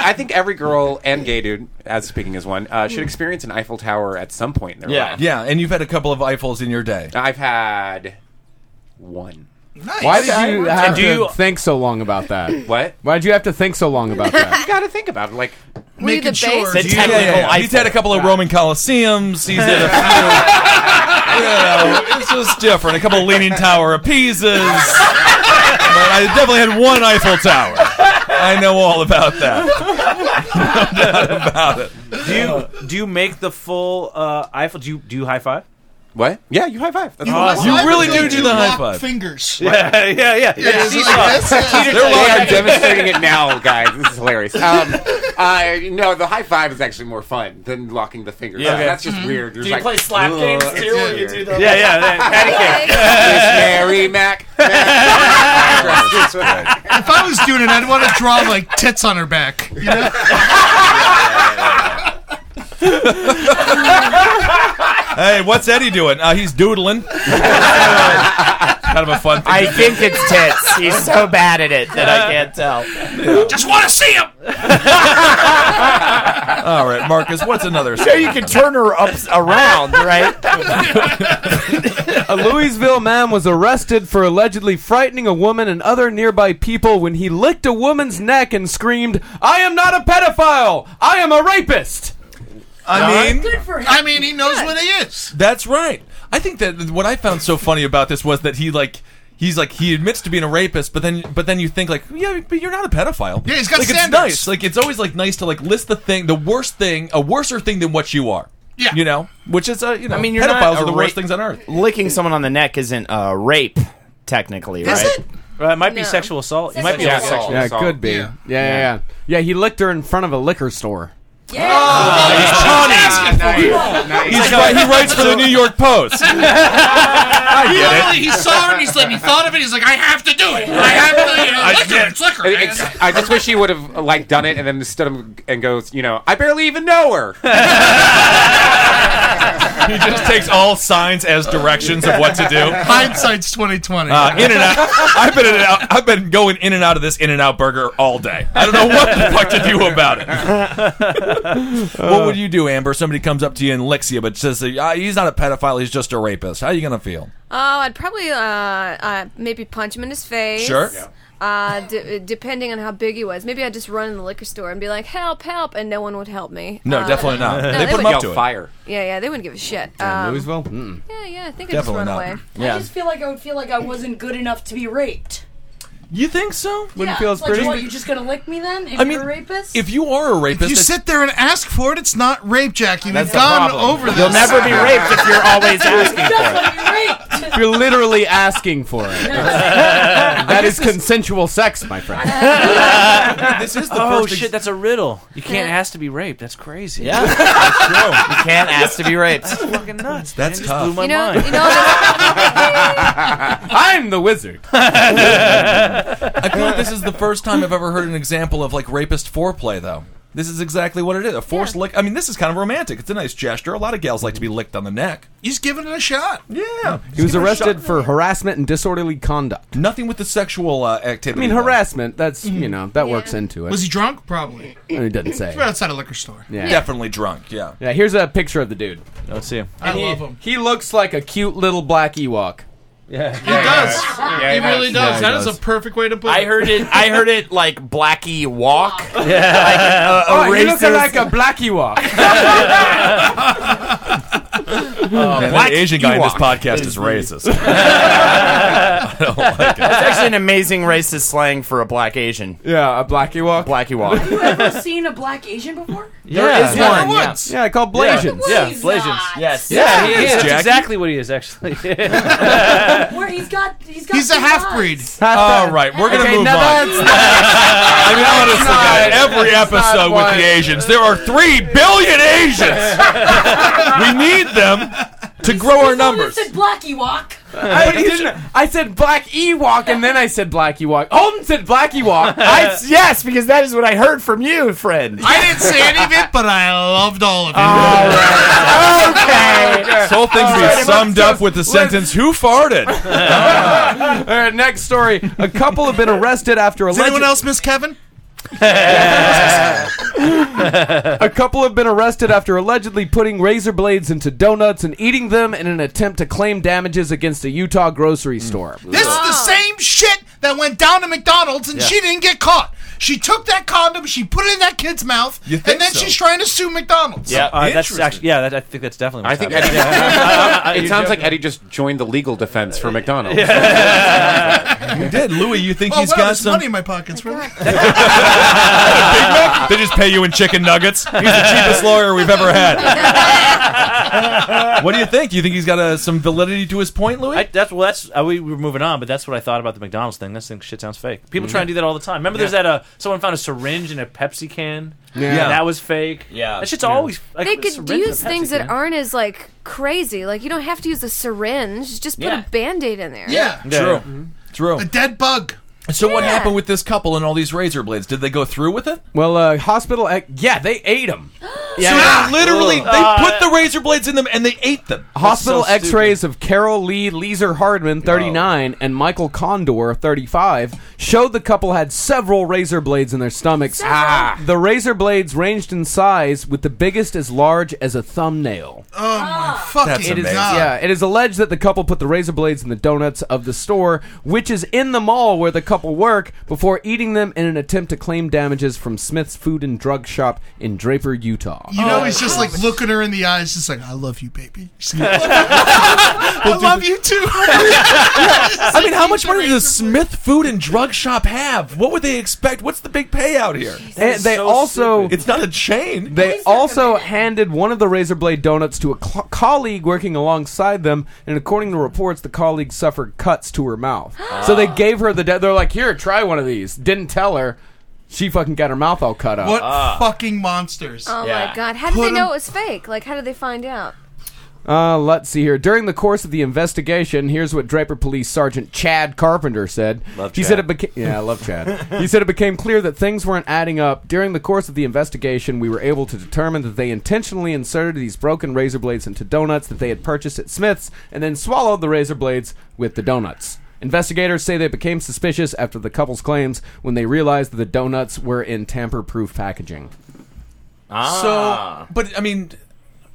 Speaker 11: I think every girl and gay dude, as speaking as one, uh, should experience an Eiffel Tower at some point in their
Speaker 7: Yeah,
Speaker 11: life.
Speaker 7: yeah. And you've had a couple of Eiffels in your day.
Speaker 11: I've had one.
Speaker 1: Why did you have
Speaker 11: And do
Speaker 1: to
Speaker 11: you-
Speaker 1: think so long about that?
Speaker 11: What?
Speaker 1: Why did you have to think so long about that?
Speaker 11: you got to think about it, like
Speaker 8: Making
Speaker 11: the
Speaker 8: sure.
Speaker 11: base- The
Speaker 8: you-
Speaker 11: technical
Speaker 7: He's had a couple of Roman Colosseums. He's had a few. you know, it's just different. A couple of Leaning Tower of Pisas. But I definitely had one Eiffel Tower. I know all about that. No doubt about it.
Speaker 5: Do you do you make the full uh, Eiffel? Do you do you high five?
Speaker 11: What? Yeah, you high five. That's
Speaker 5: You
Speaker 11: awesome.
Speaker 5: high five
Speaker 7: You really
Speaker 5: until
Speaker 7: do do
Speaker 5: you
Speaker 7: the high
Speaker 5: lock
Speaker 7: five.
Speaker 8: Fingers.
Speaker 5: Yeah, yeah, yeah.
Speaker 11: Yeah,
Speaker 5: She's
Speaker 11: like
Speaker 5: up.
Speaker 11: this, yeah.
Speaker 5: Peter's
Speaker 11: They're
Speaker 5: like,
Speaker 11: like,
Speaker 5: yeah,
Speaker 11: I'm demonstrating it now, guys. This is hilarious. Um, uh, no, the high five is actually more fun than locking the fingers.
Speaker 7: Yeah.
Speaker 11: Yeah. That's just weird. There's
Speaker 9: Do you
Speaker 11: like,
Speaker 9: play slap
Speaker 11: ugh,
Speaker 9: games
Speaker 11: it's
Speaker 9: too, where you
Speaker 11: weird.
Speaker 9: do the-
Speaker 5: Yeah, yeah, that- patty cake.
Speaker 11: Miss Mary Mac. Mac.
Speaker 8: If I was doing it, I'd want to draw like tits on her back. You know?
Speaker 7: Hey, what's Eddie doing? Uh, he's doodling. kind of a fun thing.
Speaker 9: I
Speaker 7: to do.
Speaker 9: think it's tits. He's so bad at it that I can't tell.
Speaker 8: Just want to see him.
Speaker 7: All right, Marcus, what's another
Speaker 9: Sure, you can turn her up around, right?
Speaker 1: a Louisville man was arrested for allegedly frightening a woman and other nearby people when he licked a woman's neck and screamed, I am not a pedophile! I am a rapist!
Speaker 7: I mean,
Speaker 8: I mean, he knows what he is.
Speaker 7: That's right. I think that what I found so funny about this was that he like he's like he admits to being a rapist, but then but then you think like yeah, but you're not a pedophile.
Speaker 8: Yeah, he's got
Speaker 7: like,
Speaker 8: standards.
Speaker 7: It's nice. Like it's always like nice to like list the thing, the worst thing, a worser thing than what you are.
Speaker 8: Yeah,
Speaker 7: you know, which is uh, you know,
Speaker 9: I mean, you're
Speaker 7: pedophiles
Speaker 9: not a
Speaker 7: are the worst
Speaker 9: ra-
Speaker 7: things on earth.
Speaker 9: Licking someone on the neck isn't uh, rape, technically, right?
Speaker 5: Well, it might be sexual assault. You might be
Speaker 11: Sexual
Speaker 5: assault.
Speaker 11: assault.
Speaker 1: Yeah, it could be. Yeah. Yeah, yeah, yeah, he licked her in front of a liquor store.
Speaker 11: Ah.
Speaker 7: He's right, he writes for the New York Post.
Speaker 8: He literally, he saw her and he's like, he thought of it. He's like, I have to do it. I have to. You know, liquor, it's liquor,
Speaker 11: It-
Speaker 8: man.
Speaker 11: it's- I just wish he would have like done it and then stood up and goes, you know, I barely even know her.
Speaker 7: he just takes all signs as directions of what to do.
Speaker 8: Hindsight's twenty twenty.
Speaker 7: Uh, in and out. I've been in and out. I've been going in and out of this In and Out burger all day. I don't know what the fuck to do about it. what would you do, Amber? Somebody comes up to you and licks you, but says uh, he's not a pedophile. He's just a rapist. How are you gonna feel?
Speaker 10: Oh, I'd probably uh, uh, maybe punch him in his face.
Speaker 7: Sure. Yeah.
Speaker 10: Uh, d- depending on how big he was, maybe I'd just run in the liquor store and be like, "Help, help!" and no one would help me.
Speaker 7: No,
Speaker 10: Uh,
Speaker 7: definitely not.
Speaker 10: no,
Speaker 7: they
Speaker 10: they
Speaker 7: put him
Speaker 10: would-
Speaker 7: up to
Speaker 11: Yell
Speaker 7: it.
Speaker 11: fire.
Speaker 10: Yeah, yeah, they wouldn't give a shit. Um,
Speaker 1: Louisville? Mm-mm.
Speaker 10: yeah, yeah, I think I'd just
Speaker 7: Definitely not.
Speaker 10: run away.
Speaker 12: I just feel like I would feel like I wasn't good enough to be raped.
Speaker 7: You think so?
Speaker 1: Wouldn't
Speaker 12: yeah,
Speaker 1: feel as
Speaker 12: it's like,
Speaker 1: pretty.
Speaker 12: what, you just gonna lick me then? If
Speaker 7: I mean,
Speaker 12: you're a rapist?
Speaker 7: If you are a rapist,
Speaker 8: you
Speaker 7: it's-
Speaker 8: sit there and ask for it. It's not rape, Jackie.
Speaker 9: That's
Speaker 8: We've
Speaker 9: the
Speaker 8: gone
Speaker 9: problem.
Speaker 8: over this.
Speaker 9: You'll never be raped if you're always asking for it.
Speaker 12: Definitely raped.
Speaker 1: You're literally asking for it. that is consensual sex, my friend.
Speaker 7: this is the
Speaker 5: Oh
Speaker 7: first. ex-
Speaker 5: shit, that's a riddle. You can't ask to be raped. That's crazy.
Speaker 9: Yeah, You can't ask to be raped.
Speaker 5: fucking nuts.
Speaker 7: That's
Speaker 5: man. It
Speaker 7: tough.
Speaker 5: Just blew my
Speaker 10: You know,
Speaker 5: mind.
Speaker 10: you know,
Speaker 1: I'm the wizard.
Speaker 7: I feel like this is the first time I've ever heard an example of like rapist foreplay, though. This is exactly what it is. A forced lick. I mean, this is kind of romantic. It's a nice gesture. A lot of gals like to be licked on the neck.
Speaker 8: He's giving it a shot.
Speaker 7: Yeah.
Speaker 1: He was arrested for harassment and disorderly conduct.
Speaker 7: Nothing with the sexual uh, activity. Mm-hmm.
Speaker 1: I mean,
Speaker 7: though.
Speaker 1: harassment, that's, you know, that works into it.
Speaker 8: Was he drunk? Probably.
Speaker 1: It doesn't say.
Speaker 8: We're outside a liquor store.
Speaker 1: Yeah.
Speaker 7: Definitely drunk. Yeah.
Speaker 1: Yeah, here's a picture of the dude.
Speaker 5: Let's see.
Speaker 8: I
Speaker 1: he,
Speaker 8: love him.
Speaker 1: He looks like a cute little black Ewok.
Speaker 8: He does. he really does.
Speaker 1: Yeah,
Speaker 8: That
Speaker 1: he
Speaker 8: is
Speaker 1: does.
Speaker 8: a perfect way to put
Speaker 9: I
Speaker 8: it.
Speaker 9: heard it. I heard it like Blackie walk.
Speaker 1: Oh,
Speaker 9: Yeah,
Speaker 1: you
Speaker 9: like a, a, a
Speaker 1: look
Speaker 9: racist.
Speaker 1: like a black Ewok.
Speaker 7: Man, that
Speaker 9: Black
Speaker 7: Asian guy in this
Speaker 9: Ewok
Speaker 7: podcast is racist.
Speaker 9: That's actually an amazing racist slang for a black Asian.
Speaker 1: Yeah, a black Ewok.
Speaker 9: Black Ewok.
Speaker 12: You ever seen a black Asian before?
Speaker 9: There is
Speaker 5: Yeah,
Speaker 9: one.
Speaker 5: there
Speaker 9: Yeah,
Speaker 5: was.
Speaker 1: Yeah, called
Speaker 5: Blasians.
Speaker 12: Yeah,
Speaker 5: Blasians. Yes.
Speaker 9: Yeah, he is,
Speaker 5: That's
Speaker 9: Jackie.
Speaker 5: exactly what he is, actually.
Speaker 12: Where he's got he's got
Speaker 8: He's a
Speaker 12: two
Speaker 8: half
Speaker 12: eyes.
Speaker 8: breed.
Speaker 7: All right, we're gonna move on. I mean, honestly, guys, every episode with the Asians, there are three billion Asians. we need them to grow our numbers.
Speaker 12: Said black Ewok.
Speaker 1: I didn't. I said black Ewok, and then I said black Ewok. Holden said black Ewok. I s-
Speaker 9: yes, because that is what I heard from you, friend.
Speaker 8: I didn't say any of it, but I loved all of it.
Speaker 7: This whole thing can be summed up with the sentence, "Who farted?"
Speaker 1: All right, next story. A couple have been arrested after
Speaker 8: Does
Speaker 1: alleged.
Speaker 8: anyone else miss Kevin?
Speaker 1: a couple have been arrested after allegedly putting razor blades into donuts and eating them in an attempt to claim damages against a Utah grocery store.
Speaker 8: This is the same shit that went down to McDonald's and
Speaker 1: Yeah.
Speaker 8: she didn't get caught. She took that condom, she put it in that kid's mouth,
Speaker 5: You
Speaker 8: and
Speaker 5: think
Speaker 8: then
Speaker 5: so?
Speaker 8: she's trying to sue McDonald's.
Speaker 5: Yeah, uh, that's
Speaker 11: Interesting.
Speaker 5: actually yeah. That, I think that's definitely.
Speaker 11: I
Speaker 5: What's
Speaker 11: think Eddie.
Speaker 5: happening. Yeah. I- I- I-
Speaker 11: it sounds
Speaker 5: you're
Speaker 11: like
Speaker 5: joking.
Speaker 11: Eddie just joined the legal defense for McDonald's.
Speaker 7: You did, Louis. You think
Speaker 8: Oh,
Speaker 7: he's
Speaker 8: wow,
Speaker 7: got
Speaker 8: there's
Speaker 7: some?
Speaker 8: money in my pockets, really?
Speaker 7: They just pay you in chicken nuggets. He's the cheapest lawyer we've ever had. what do you think? You think he's got uh some validity to his point, Louis?
Speaker 5: I, that's well. That's uh, we were moving on, but that's what I thought about the McDonald's thing. This thing shit sounds fake. People try and do that all the time. Remember, there's
Speaker 11: Yeah.
Speaker 5: that uh, someone found a syringe in a Pepsi can.
Speaker 11: Yeah.
Speaker 5: Yeah, that was fake.
Speaker 11: Yeah.
Speaker 5: that shit's
Speaker 11: Yeah.
Speaker 5: always. Like,
Speaker 10: they
Speaker 5: a
Speaker 10: could
Speaker 5: syringe in a
Speaker 10: use
Speaker 5: Pepsi
Speaker 10: things
Speaker 5: can.
Speaker 10: that aren't as like crazy. Like you don't have to use a syringe. Just put
Speaker 7: Yeah.
Speaker 10: a band-aid in there.
Speaker 8: Yeah.
Speaker 7: True. Mm-hmm. True. A
Speaker 8: dead bug.
Speaker 7: So what
Speaker 10: Yeah.
Speaker 7: happened with this couple and all these razor blades? Did they go through with it?
Speaker 1: Well, uh, hospital. ac- yeah, they ate them.
Speaker 7: So they literally, they put the razor blades in them and they ate them.
Speaker 1: Hospital
Speaker 7: That's so stupid.
Speaker 1: X-rays of Carol Lee Leeser Hardman, 39, and Michael Condor, 35, showed the couple had several razor blades in their stomachs. Ah. The razor blades ranged in size, with the biggest as large as a thumbnail.
Speaker 8: Oh my fucking
Speaker 1: It is-
Speaker 8: god.
Speaker 1: yeah, it is alleged that the couple put the razor blades in the donuts of the store, which is in the mall where the couple work, before eating them in an attempt to claim damages from Smith's Food and Drug Shop in Draper, Utah.
Speaker 8: You know,
Speaker 10: Oh,
Speaker 8: he's just like looking her in the eyes, just like, I love you, baby. She's like, I love you too.
Speaker 7: I mean, how much money does Smith Food and Drug Shop have? What would they expect? What's the big payout here?
Speaker 1: And they also
Speaker 7: it's not a chain.
Speaker 1: They also handed one of the razor blade donuts to a cl- colleague working alongside them, and according to reports, the colleague suffered cuts to her mouth. So they gave her the. De- they're like, "Here, try one of these." Didn't tell her. She fucking got her mouth all cut up.
Speaker 8: What fucking monsters.
Speaker 10: Ah. Oh my god! How did
Speaker 8: Put
Speaker 10: they know
Speaker 8: 'em-
Speaker 10: it was fake? Like how did they find out?
Speaker 1: Uh, let's see here. During the course of the investigation, here's what Draper Police Sergeant Chad Carpenter said.
Speaker 7: Love
Speaker 1: he
Speaker 7: Chad.
Speaker 1: said it became yeah, I love Chad. he said it became clear that things weren't adding up. During the course of the investigation, we were able to determine that they intentionally inserted these broken razor blades into donuts that they had purchased at Smith's, and then swallowed the razor blades with the donuts. Investigators say they became suspicious after the couple's claims when they realized that the donuts were in tamper-proof packaging.
Speaker 7: So, but I mean,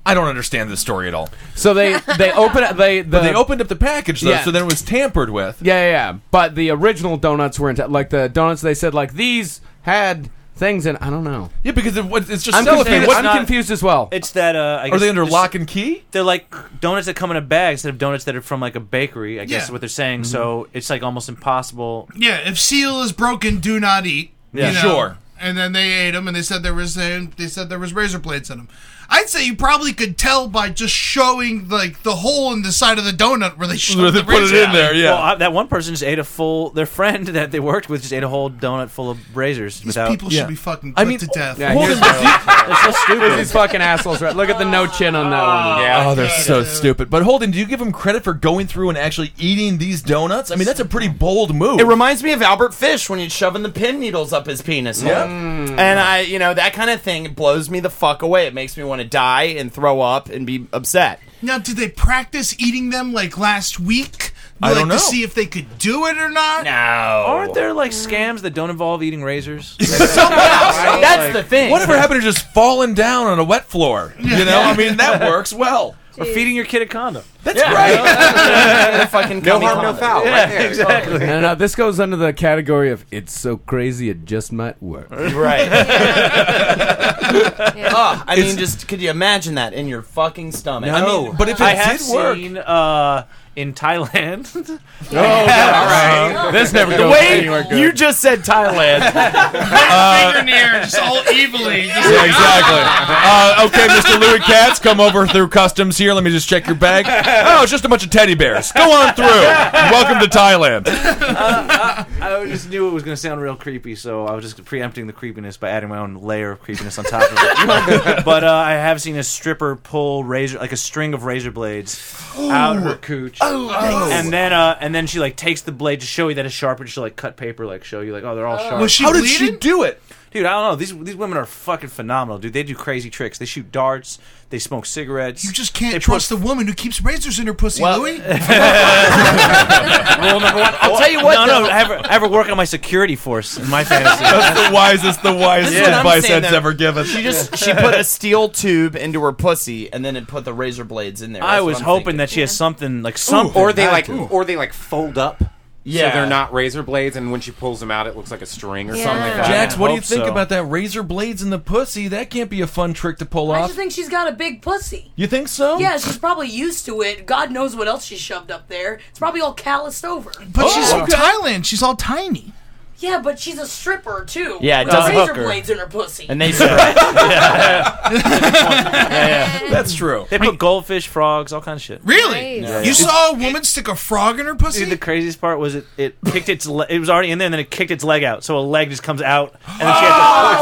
Speaker 7: I don't understand this story at all.
Speaker 1: So they they open they the,
Speaker 7: But they opened up the package though,
Speaker 1: Yeah.
Speaker 7: so then it was tampered with.
Speaker 1: Yeah, yeah, yeah. But the original donuts weren't like the donuts they said like these had things in. I don't know.
Speaker 7: Yeah, because it, what- it's just
Speaker 1: I'm
Speaker 7: cellophane.
Speaker 1: confused.
Speaker 7: What's
Speaker 1: I'm
Speaker 7: not-
Speaker 1: confused as well.
Speaker 5: It's that. Uh, I
Speaker 7: Are
Speaker 5: guess
Speaker 7: they under
Speaker 5: it's-
Speaker 7: lock and key?
Speaker 5: They're like donuts that come in a bag instead of donuts that are from like a bakery. I guess
Speaker 8: Yeah.
Speaker 5: is what they're saying. So it's like almost impossible.
Speaker 8: Yeah, if seal is broken, do not eat.
Speaker 5: Yeah. Sure.
Speaker 8: And then they ate them, and they said there was they, they said there was razor blades in them. I'd say you probably could tell by just showing like the hole in the side of the donut where they shoved the razor.
Speaker 5: Well, I, that one person just ate a full. Their friend that they worked with just ate a whole donut full of razors. These without,
Speaker 8: people should Yeah. be fucking I put mean, to death.
Speaker 1: Yeah,
Speaker 5: Well,
Speaker 1: here's
Speaker 5: then-
Speaker 1: it's so stupid. These fucking assholes. Right? Look at the no chin on that one.
Speaker 7: Oh, they're so stupid. But Holden, do you give them credit for going through and actually eating these donuts? I mean, that's a pretty bold move.
Speaker 9: It reminds me of Albert Fish when he's shoving the pin needles up his penis hole.
Speaker 7: Yeah.
Speaker 9: And I, you know, that kind of thing blows me the fuck away. It makes me want to die and throw up and be upset.
Speaker 8: Now, did they practice eating them like last week?
Speaker 9: I
Speaker 8: like
Speaker 9: don't know.
Speaker 8: to see if they could do it or not.
Speaker 5: Aren't there like scams that don't involve eating razors?
Speaker 9: That's the thing.
Speaker 7: Whatever happened to just falling down on a wet floor? You know, I mean, that works well.
Speaker 5: Or feeding your kid a condom.
Speaker 9: That's right. Fucking
Speaker 11: No
Speaker 9: Coney
Speaker 11: harm, no
Speaker 9: Island.
Speaker 11: foul.
Speaker 9: Yeah,
Speaker 11: right there.
Speaker 9: exactly.
Speaker 1: No, no, no, this goes under the category of it's so crazy it just might work.
Speaker 9: Oh, I
Speaker 1: It's-
Speaker 9: mean, just could you imagine that in your fucking stomach?
Speaker 5: No.
Speaker 9: I mean,
Speaker 5: I have seen, uh, in Thailand.
Speaker 9: Oh, God. All right. This never goes anywhere good.
Speaker 5: You
Speaker 9: just said Thailand.
Speaker 4: Fingernail, just all evilly. Just
Speaker 7: Yeah,
Speaker 4: like,
Speaker 7: Uh, exactly. Uh, okay, Mr. Louis Katz, come over through customs here. Let me just check your bag. Oh, it's just a bunch of teddy bears. Go on through. Welcome to Thailand.
Speaker 5: I just knew it was going to sound real creepy, so I was just preempting the creepiness by adding my own layer of creepiness on top of it. but uh, I have seen a stripper pull razor, like a string of razor blades, out her cooch,
Speaker 13: Oh, nice.
Speaker 5: and then uh, and then she like takes the blade to show you that it's sharp, and she'll like cut paper, like show you like oh they're all sharp.
Speaker 7: Was she How did she bleeding? do it?
Speaker 5: Dude, I don't know. These these women are fucking phenomenal, dude. They do crazy tricks. They shoot darts. They smoke cigarettes.
Speaker 4: You just can't trust the woman who keeps razors in her pussy, Louis.
Speaker 5: Rule number one.
Speaker 4: I'll tell you what,
Speaker 5: No, no.
Speaker 4: though.
Speaker 5: Have her, have her work on my security force in my fantasy.
Speaker 7: That's the wisest, the wisest
Speaker 9: That's what I'm saying, though.
Speaker 7: given.
Speaker 9: She just she put a steel tube into her pussy and then it put the razor blades in there.
Speaker 5: I was hoping that she has something like something.
Speaker 11: or they like, or they like fold up. So
Speaker 9: Yeah.
Speaker 11: they're not razor blades, and when she pulls them out, it looks like a string or
Speaker 12: Yeah.
Speaker 11: something like that.
Speaker 7: Jax, what do you think about that razor blades in the pussy? That can't be a fun trick to pull
Speaker 12: I just
Speaker 7: off.
Speaker 12: think she's got a big pussy.
Speaker 7: You think so?
Speaker 12: Yeah, she's probably used to it. God knows what else she shoved up there. It's probably all calloused over.
Speaker 4: But
Speaker 12: Oh,
Speaker 4: she's from Thailand. She's all tiny.
Speaker 12: Yeah, but she's a stripper too.
Speaker 4: Yeah, it
Speaker 12: with
Speaker 4: doesn't
Speaker 12: razor
Speaker 4: hook her.
Speaker 12: blades in her pussy. Oh,
Speaker 9: And they
Speaker 7: That's true.
Speaker 5: They put goldfish, frogs, all kinds of shit.
Speaker 4: Really?
Speaker 5: Yeah,
Speaker 4: You
Speaker 5: yeah.
Speaker 4: saw a woman stick a frog in her pussy?
Speaker 5: Dude, the craziest part was it, it kicked its le- it was already in there and then it kicked its leg out, so a leg just comes out and then she had to push,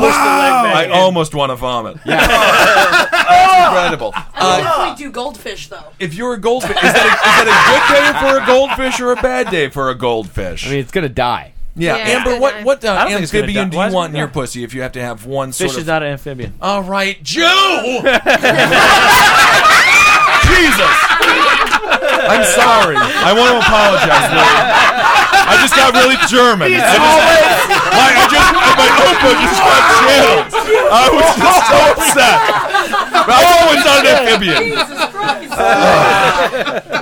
Speaker 5: push
Speaker 12: Oh!
Speaker 5: the leg Oh,
Speaker 7: I
Speaker 5: back.
Speaker 7: almost want to vomit. That's incredible.
Speaker 12: I
Speaker 7: Uh,
Speaker 12: definitely do goldfish though.
Speaker 7: if you're a goldfish, is that a, is that a good day for a goldfish or a bad day for a goldfish? I mean,
Speaker 1: it's gonna die.
Speaker 7: Yeah,
Speaker 5: Yeah,
Speaker 7: Amber,
Speaker 5: it's
Speaker 7: what
Speaker 5: gonna
Speaker 7: what
Speaker 5: die. I
Speaker 7: uh,
Speaker 5: don't think it's gonna
Speaker 7: amphibian
Speaker 5: die.
Speaker 7: do
Speaker 5: Why
Speaker 7: you
Speaker 5: is it
Speaker 7: want in
Speaker 5: gonna
Speaker 7: your
Speaker 5: die?
Speaker 7: pussy if you have to have one sort
Speaker 5: Fish
Speaker 7: of
Speaker 5: is not an amphibian.
Speaker 7: All right, Joe. Jesus. I'm sorry. I want to apologize. William. I just got really German. I just, like, I just my notebook just got channeled. I was just so upset. Oh, it's not an amphibian. Uh.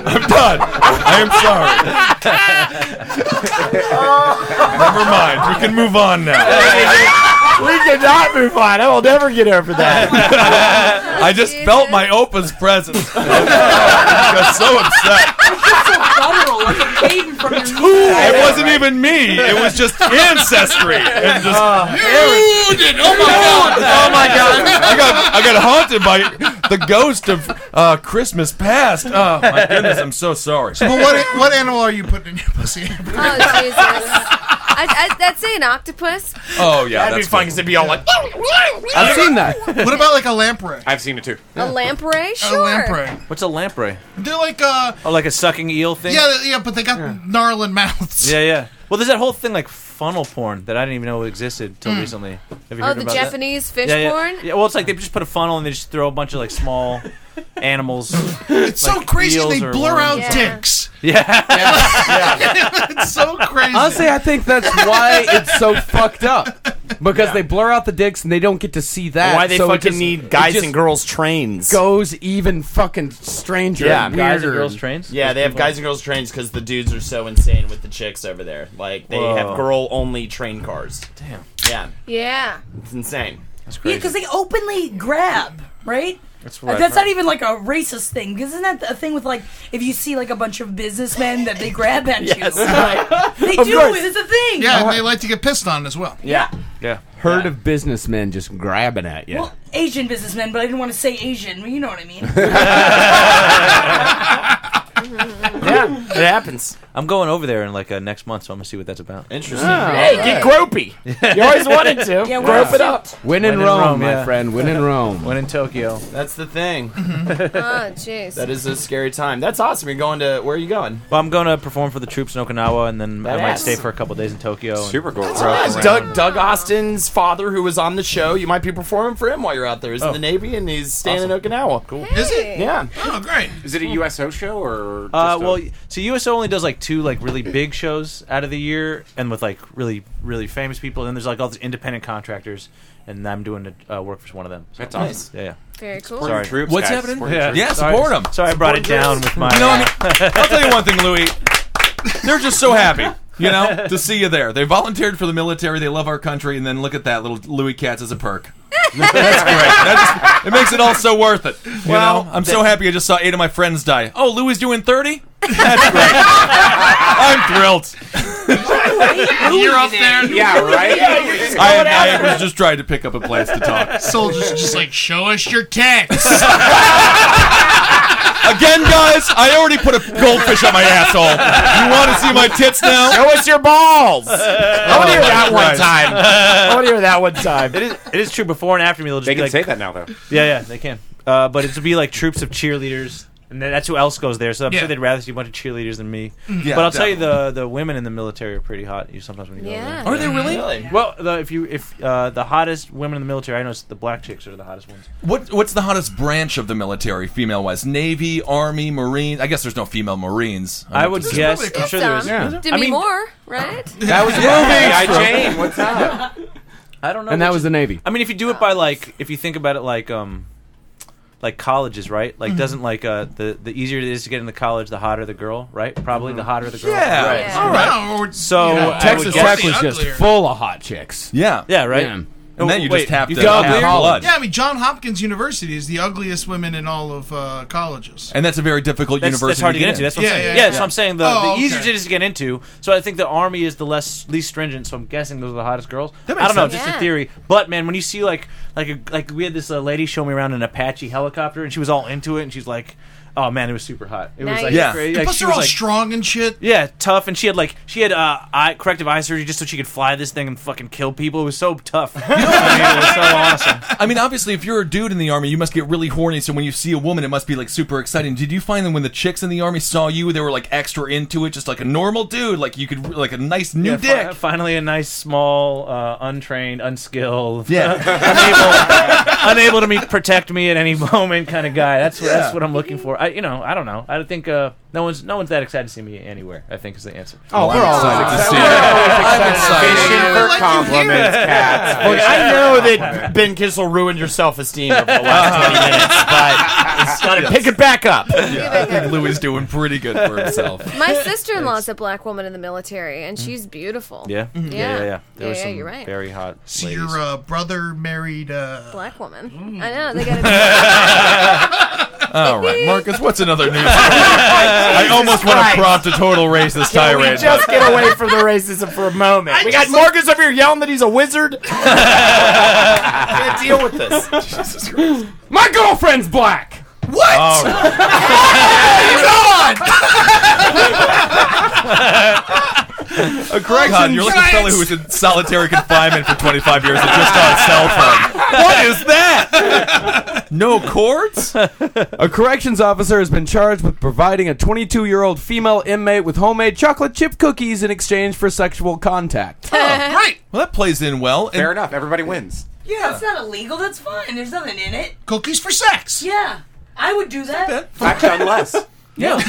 Speaker 7: I'm done. I am sorry. Never mind. We can move on now.
Speaker 9: We cannot move on. I will never get over that.
Speaker 7: I just felt my Opa's presence. I got so upset. It wasn't even me. It was just ancestry. And just,
Speaker 13: You did! Oh my god!
Speaker 7: oh my god! I got I got haunted by the ghost of uh, Christmas past. Oh my goodness! I'm so sorry.
Speaker 4: So, but what, what animal are you putting in your pussy? Amber?
Speaker 10: Oh Jesus! I, I, that's an octopus.
Speaker 7: Oh yeah,
Speaker 9: that'd
Speaker 7: that's
Speaker 9: be fun because it'd be all like.
Speaker 10: I've
Speaker 4: seen
Speaker 1: that.
Speaker 4: what about like a lamprey?
Speaker 11: I've seen it too.
Speaker 10: A lamprey? Sure.
Speaker 4: A lamprey.
Speaker 5: What's a lamprey?
Speaker 4: They're like uh
Speaker 5: Oh, like a sucking eel thing?
Speaker 4: yeah yeah, but they got gnarling mouths.
Speaker 5: yeah, yeah. Well, there's that whole thing like funnel porn that I didn't even know existed till
Speaker 10: Mm.
Speaker 5: recently. Have you
Speaker 10: Oh,
Speaker 5: heard
Speaker 10: the
Speaker 5: about that?
Speaker 10: Japanese fish
Speaker 5: yeah, yeah.
Speaker 10: porn.
Speaker 5: Yeah, well, it's like they just put a funnel and they just throw a bunch of like small animals.
Speaker 4: It's so crazy they blur out dicks. it's so crazy.
Speaker 1: Honestly, I think that's why it's so fucked up. Because they blur out the dicks and they don't get to see that.
Speaker 9: Why they
Speaker 1: so it
Speaker 9: fucking
Speaker 1: just-
Speaker 9: need
Speaker 1: it
Speaker 9: guys
Speaker 1: just
Speaker 9: and girls trains?
Speaker 1: Goes even fucking stranger. and weirder.
Speaker 9: Yeah, they have guys and girls trains because the dudes are so insane with the chicks over there. Like they
Speaker 1: Whoa.
Speaker 9: have girl only train cars.
Speaker 5: Damn.
Speaker 9: Yeah,
Speaker 12: Yeah.
Speaker 9: it's insane. That's
Speaker 12: Yeah, because they openly grab, right?
Speaker 9: That's
Speaker 12: Uh, That's not even like a racist thing, because isn't that a thing with like if you see like a bunch of businessmen that they grab at
Speaker 4: Yes.
Speaker 12: you? Like, they
Speaker 4: Of
Speaker 12: do.
Speaker 4: course.
Speaker 12: It's a thing.
Speaker 4: Yeah, and they like to get pissed on as well.
Speaker 9: Yeah.
Speaker 5: Yeah.
Speaker 1: Herd of businessmen just grabbing at you.
Speaker 12: Well, Asian businessmen, but I didn't want to say Asian. You know what I mean?
Speaker 5: yeah,
Speaker 9: it happens.
Speaker 5: I'm going over there in like uh, next month, so I'm gonna see what that's about.
Speaker 9: Interesting. Hey, get gropey. You always wanted to. Yeah, Grope it up.
Speaker 1: When in Rome, my friend. When in Rome.
Speaker 5: When in Tokyo.
Speaker 9: That's the thing.
Speaker 4: Mm-hmm.
Speaker 9: Ah,
Speaker 10: Oh jeez.
Speaker 9: That is a scary time. That's awesome. You're going to where are you going?
Speaker 5: Well, I'm going to perform for the troops in Okinawa, and then I might
Speaker 9: Badass.
Speaker 5: stay for a couple days in Tokyo. and
Speaker 9: Super
Speaker 5: grow
Speaker 9: That's
Speaker 5: up
Speaker 9: nice.
Speaker 5: around.
Speaker 9: Doug Doug Austin's father, who was on the show, you might be performing for him while you're out there. He's
Speaker 11: Oh.
Speaker 9: in the Navy and he's staying in Okinawa. Cool.
Speaker 11: Is it?
Speaker 9: Yeah.
Speaker 4: Oh, great.
Speaker 11: Is it a USO show or?
Speaker 5: Uh,
Speaker 11: just a-
Speaker 5: well, so USO only does like two like really big shows out of the year, and with like really really famous people. And then there's like all these independent contractors, and I'm doing the, uh, work for one of them. So-
Speaker 11: That's awesome.
Speaker 5: Yeah, yeah.
Speaker 10: Very cool.
Speaker 7: Supporting troops, What's guys, happening? supporting troops. Yeah,
Speaker 5: Sorry-
Speaker 7: support 'em.
Speaker 5: Sorry, I brought it
Speaker 7: Support
Speaker 5: down
Speaker 7: troops.
Speaker 5: with my. uh,
Speaker 7: You know what I will tell you one thing, Louis. They're just so happy, you know, to see you there. They volunteered for the military. They love our country, and then look at that little Louis Katz as a perk. That's great. That's- it makes it all so worth it. You
Speaker 5: Well,
Speaker 7: know, I'm
Speaker 5: that-
Speaker 7: so happy I just saw eight of my friends die. Oh, Louis is doing thirty. That's great. I'm thrilled.
Speaker 13: You're up there.
Speaker 11: Yeah, right? Yeah, you're just
Speaker 7: I, I was just trying to pick up a place to talk.
Speaker 8: Soldiers are just like, show us your tax.
Speaker 7: Again, guys, I already put a goldfish on my asshole. You want to see my tits now?
Speaker 9: Show us your balls.
Speaker 7: I
Speaker 9: want to hear that one time. I want to hear that one time.
Speaker 5: It is, it is true. Before and after me, they'll just
Speaker 11: They
Speaker 5: be
Speaker 11: can
Speaker 5: like,
Speaker 11: say that now, though.
Speaker 5: Yeah, yeah, they can. Uh, but it'll be like troops of cheerleaders, and then that's who else goes there. So I'm
Speaker 11: Yeah.
Speaker 5: sure they'd rather see a bunch of cheerleaders than me.
Speaker 9: Mm-hmm.
Speaker 11: Yeah,
Speaker 5: but I'll tell you, the the women in the military are pretty hot. You sometimes when you
Speaker 11: Yeah.
Speaker 5: go,
Speaker 11: Are
Speaker 5: over there.
Speaker 11: they really?
Speaker 5: Well, the, if you if uh, the hottest women in the military, I know it's the black chicks are the hottest ones.
Speaker 7: What what's the hottest branch of the military, female wise? Navy, Army, Marine. I guess there's no female Marines.
Speaker 5: I would
Speaker 7: There's
Speaker 5: guess-
Speaker 7: probably a
Speaker 5: I'm
Speaker 7: couple.
Speaker 5: sure there is. Yeah.
Speaker 10: Demi Moore, right?
Speaker 7: That was
Speaker 11: what's up?
Speaker 5: I don't know.
Speaker 1: And that
Speaker 5: which-
Speaker 1: was the Navy.
Speaker 5: I mean, if you do it by like, if you think about it like, um, like colleges, right? Like,
Speaker 1: Mhm.
Speaker 5: doesn't like uh the the easier it is to get into college, the hotter the girl, right? Probably the hotter the girl.
Speaker 1: Yeah.
Speaker 5: Mm-hmm. Right.
Speaker 1: Yeah. All right.
Speaker 5: Right. So
Speaker 1: Yeah.
Speaker 5: I would
Speaker 1: Texas
Speaker 5: guess-
Speaker 1: Tech was just full of hot chicks.
Speaker 7: Yeah.
Speaker 5: Yeah. Right.
Speaker 1: Yeah. And
Speaker 5: Oh,
Speaker 1: then you
Speaker 5: wait,
Speaker 1: just have
Speaker 5: you
Speaker 1: to
Speaker 5: got
Speaker 1: have
Speaker 5: weird-
Speaker 7: blood.
Speaker 8: Yeah, I mean, John Hopkins University is the ugliest women in all of uh, colleges.
Speaker 7: And that's a very difficult
Speaker 5: That's,
Speaker 7: university
Speaker 5: that's hard to get into.
Speaker 7: in.
Speaker 5: That's what I'm saying. Yeah, so I'm saying the,
Speaker 8: Oh,
Speaker 5: the easier
Speaker 8: okay.
Speaker 5: it is to get into. So I think the army is the less least stringent. So I'm guessing those are the hottest girls.
Speaker 11: That
Speaker 5: I
Speaker 11: makes
Speaker 5: don't know,
Speaker 11: sense.
Speaker 5: just
Speaker 11: Yeah.
Speaker 5: a theory. But man, when you see like like a, like we had this uh, lady show me around an Apache helicopter, and she was all into it, and she's like, "Oh man, it was super hot. It was like crazy.
Speaker 8: And
Speaker 5: Like,
Speaker 8: plus
Speaker 5: she
Speaker 8: they're
Speaker 5: was
Speaker 8: all
Speaker 5: like-
Speaker 8: strong and shit.
Speaker 5: Yeah, tough, and she had like she had uh, eye, corrective eye surgery just so she could fly this thing and fucking kill people. It was so tough. I mean, it was so awesome.
Speaker 7: I mean, obviously, if you're a dude in the army, you must get really horny. So when you see a woman, it must be like super exciting. Did you find that when the chicks in the army saw you, they were like extra into it, just like a normal dude, like you could like a nice new
Speaker 5: Yeah,
Speaker 7: dick?
Speaker 5: fi- finally, a nice, small, uh, untrained, unskilled, unable, unable to me protect me at any moment kind of guy. That's what, that's
Speaker 11: Yeah.
Speaker 5: what I'm looking for. I, you know, I don't know. I think uh, no one's no one's that excited to see me anywhere. I think is the answer.
Speaker 11: Oh, we're all excited to see you.
Speaker 9: I'm excited.
Speaker 11: Fishing for compliments, cats.
Speaker 9: Look, I know that Ben Kissel ruined your self esteem over the
Speaker 7: Uh-huh.
Speaker 9: last 20 minutes, but
Speaker 7: Yes.
Speaker 9: pick Uh-huh. it back up.
Speaker 7: I think Louis is doing pretty good for himself.
Speaker 10: My sister in law's a black woman in the military, and she's beautiful.
Speaker 5: Yeah,
Speaker 10: yeah,
Speaker 5: yeah, yeah.
Speaker 10: Yeah, yeah, you're right.
Speaker 5: very hot.
Speaker 8: So your uh, brother married. Uh,
Speaker 10: Black woman. Mm. I know they got to.
Speaker 7: All right, Marcus, what's another news? I almost want to prompt a total racist
Speaker 9: Can we
Speaker 7: tirade.
Speaker 9: just
Speaker 7: but-
Speaker 9: get away from the racism for a moment? we got Marcus over here yelling that he's a wizard. can't deal with this.
Speaker 1: My girlfriend's black.
Speaker 9: What?
Speaker 7: Oh. Uh, Greg Hahn, you're like a fellow who was in solitary confinement for 25 years and just on a cell phone. What is that? No cords?
Speaker 1: A corrections officer has been charged with providing a 22 year old female inmate with homemade chocolate chip cookies in exchange for sexual contact.
Speaker 12: Oh,
Speaker 8: right.
Speaker 7: Well, that plays in well.
Speaker 11: Fair enough. Everybody wins.
Speaker 12: Yeah, it's not illegal. That's fine. There's nothing in it.
Speaker 8: Cookies for sex.
Speaker 12: Yeah, I would do that.
Speaker 11: I've done less.
Speaker 7: Yeah.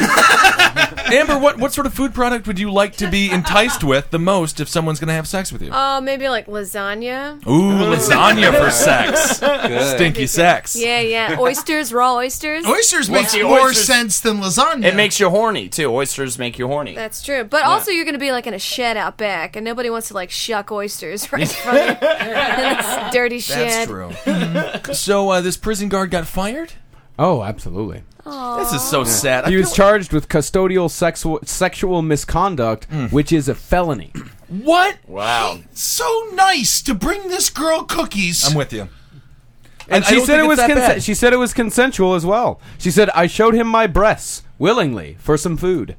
Speaker 7: Amber, what, what sort of food product would you like to be enticed with the most if someone's going to have sex with you?
Speaker 10: Oh, maybe like lasagna.
Speaker 7: Ooh,
Speaker 9: Uh,
Speaker 7: lasagna for sex.
Speaker 10: Good.
Speaker 7: Stinky sex.
Speaker 10: Yeah, yeah. Oysters, raw oysters.
Speaker 8: Oysters
Speaker 9: Well,
Speaker 8: makes
Speaker 9: see,
Speaker 8: more
Speaker 9: oysters-
Speaker 8: sense than lasagna.
Speaker 9: It makes you horny too. Oysters make you horny.
Speaker 10: That's true. But
Speaker 9: Yeah.
Speaker 10: also, you're going to be like in a shed out back, and nobody wants to like shuck oysters right in front of this dirty shed.
Speaker 7: That's true. so uh, this prison guard got fired?
Speaker 1: Oh, absolutely.
Speaker 7: This is so sad. I
Speaker 1: He
Speaker 7: feel
Speaker 1: was charged with custodial sexual sexual misconduct,
Speaker 7: Mm.
Speaker 1: which is a felony.
Speaker 7: What?
Speaker 9: Wow.
Speaker 8: So nice to bring this girl cookies.
Speaker 7: I'm with you.
Speaker 1: And
Speaker 7: I- I
Speaker 1: she said
Speaker 7: don't think
Speaker 1: it
Speaker 7: it's
Speaker 1: was
Speaker 7: that
Speaker 1: consen-
Speaker 7: bad.
Speaker 1: she said it was consensual as well. She said I showed him my breasts willingly for some food.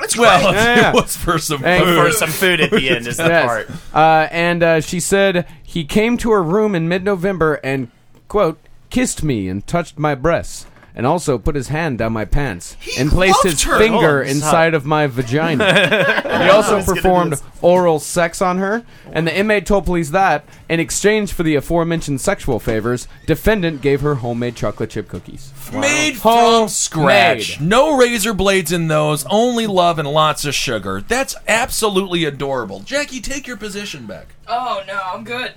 Speaker 8: That's
Speaker 7: well, it was for some
Speaker 1: And-
Speaker 7: food.
Speaker 9: For some food at the end is the
Speaker 1: Yes.
Speaker 9: part.
Speaker 1: Uh, and uh, she said he came to her room in mid-November and quote kissed me and touched my breasts. and also put his hand down my pants and placed
Speaker 7: loved
Speaker 1: his
Speaker 7: her.
Speaker 1: finger
Speaker 7: Oh, it's
Speaker 1: inside
Speaker 7: hot.
Speaker 1: of my vagina. he
Speaker 7: I
Speaker 1: also
Speaker 7: was gonna do
Speaker 1: performed
Speaker 7: this.
Speaker 1: oral sex on her, and the inmate told police that, in exchange for the aforementioned sexual favors, defendant gave her homemade chocolate chip cookies.
Speaker 7: Made from scratch. No razor blades in those. Only love and lots of sugar. That's absolutely adorable. Jackie, take your position back.
Speaker 12: Oh no, I'm good.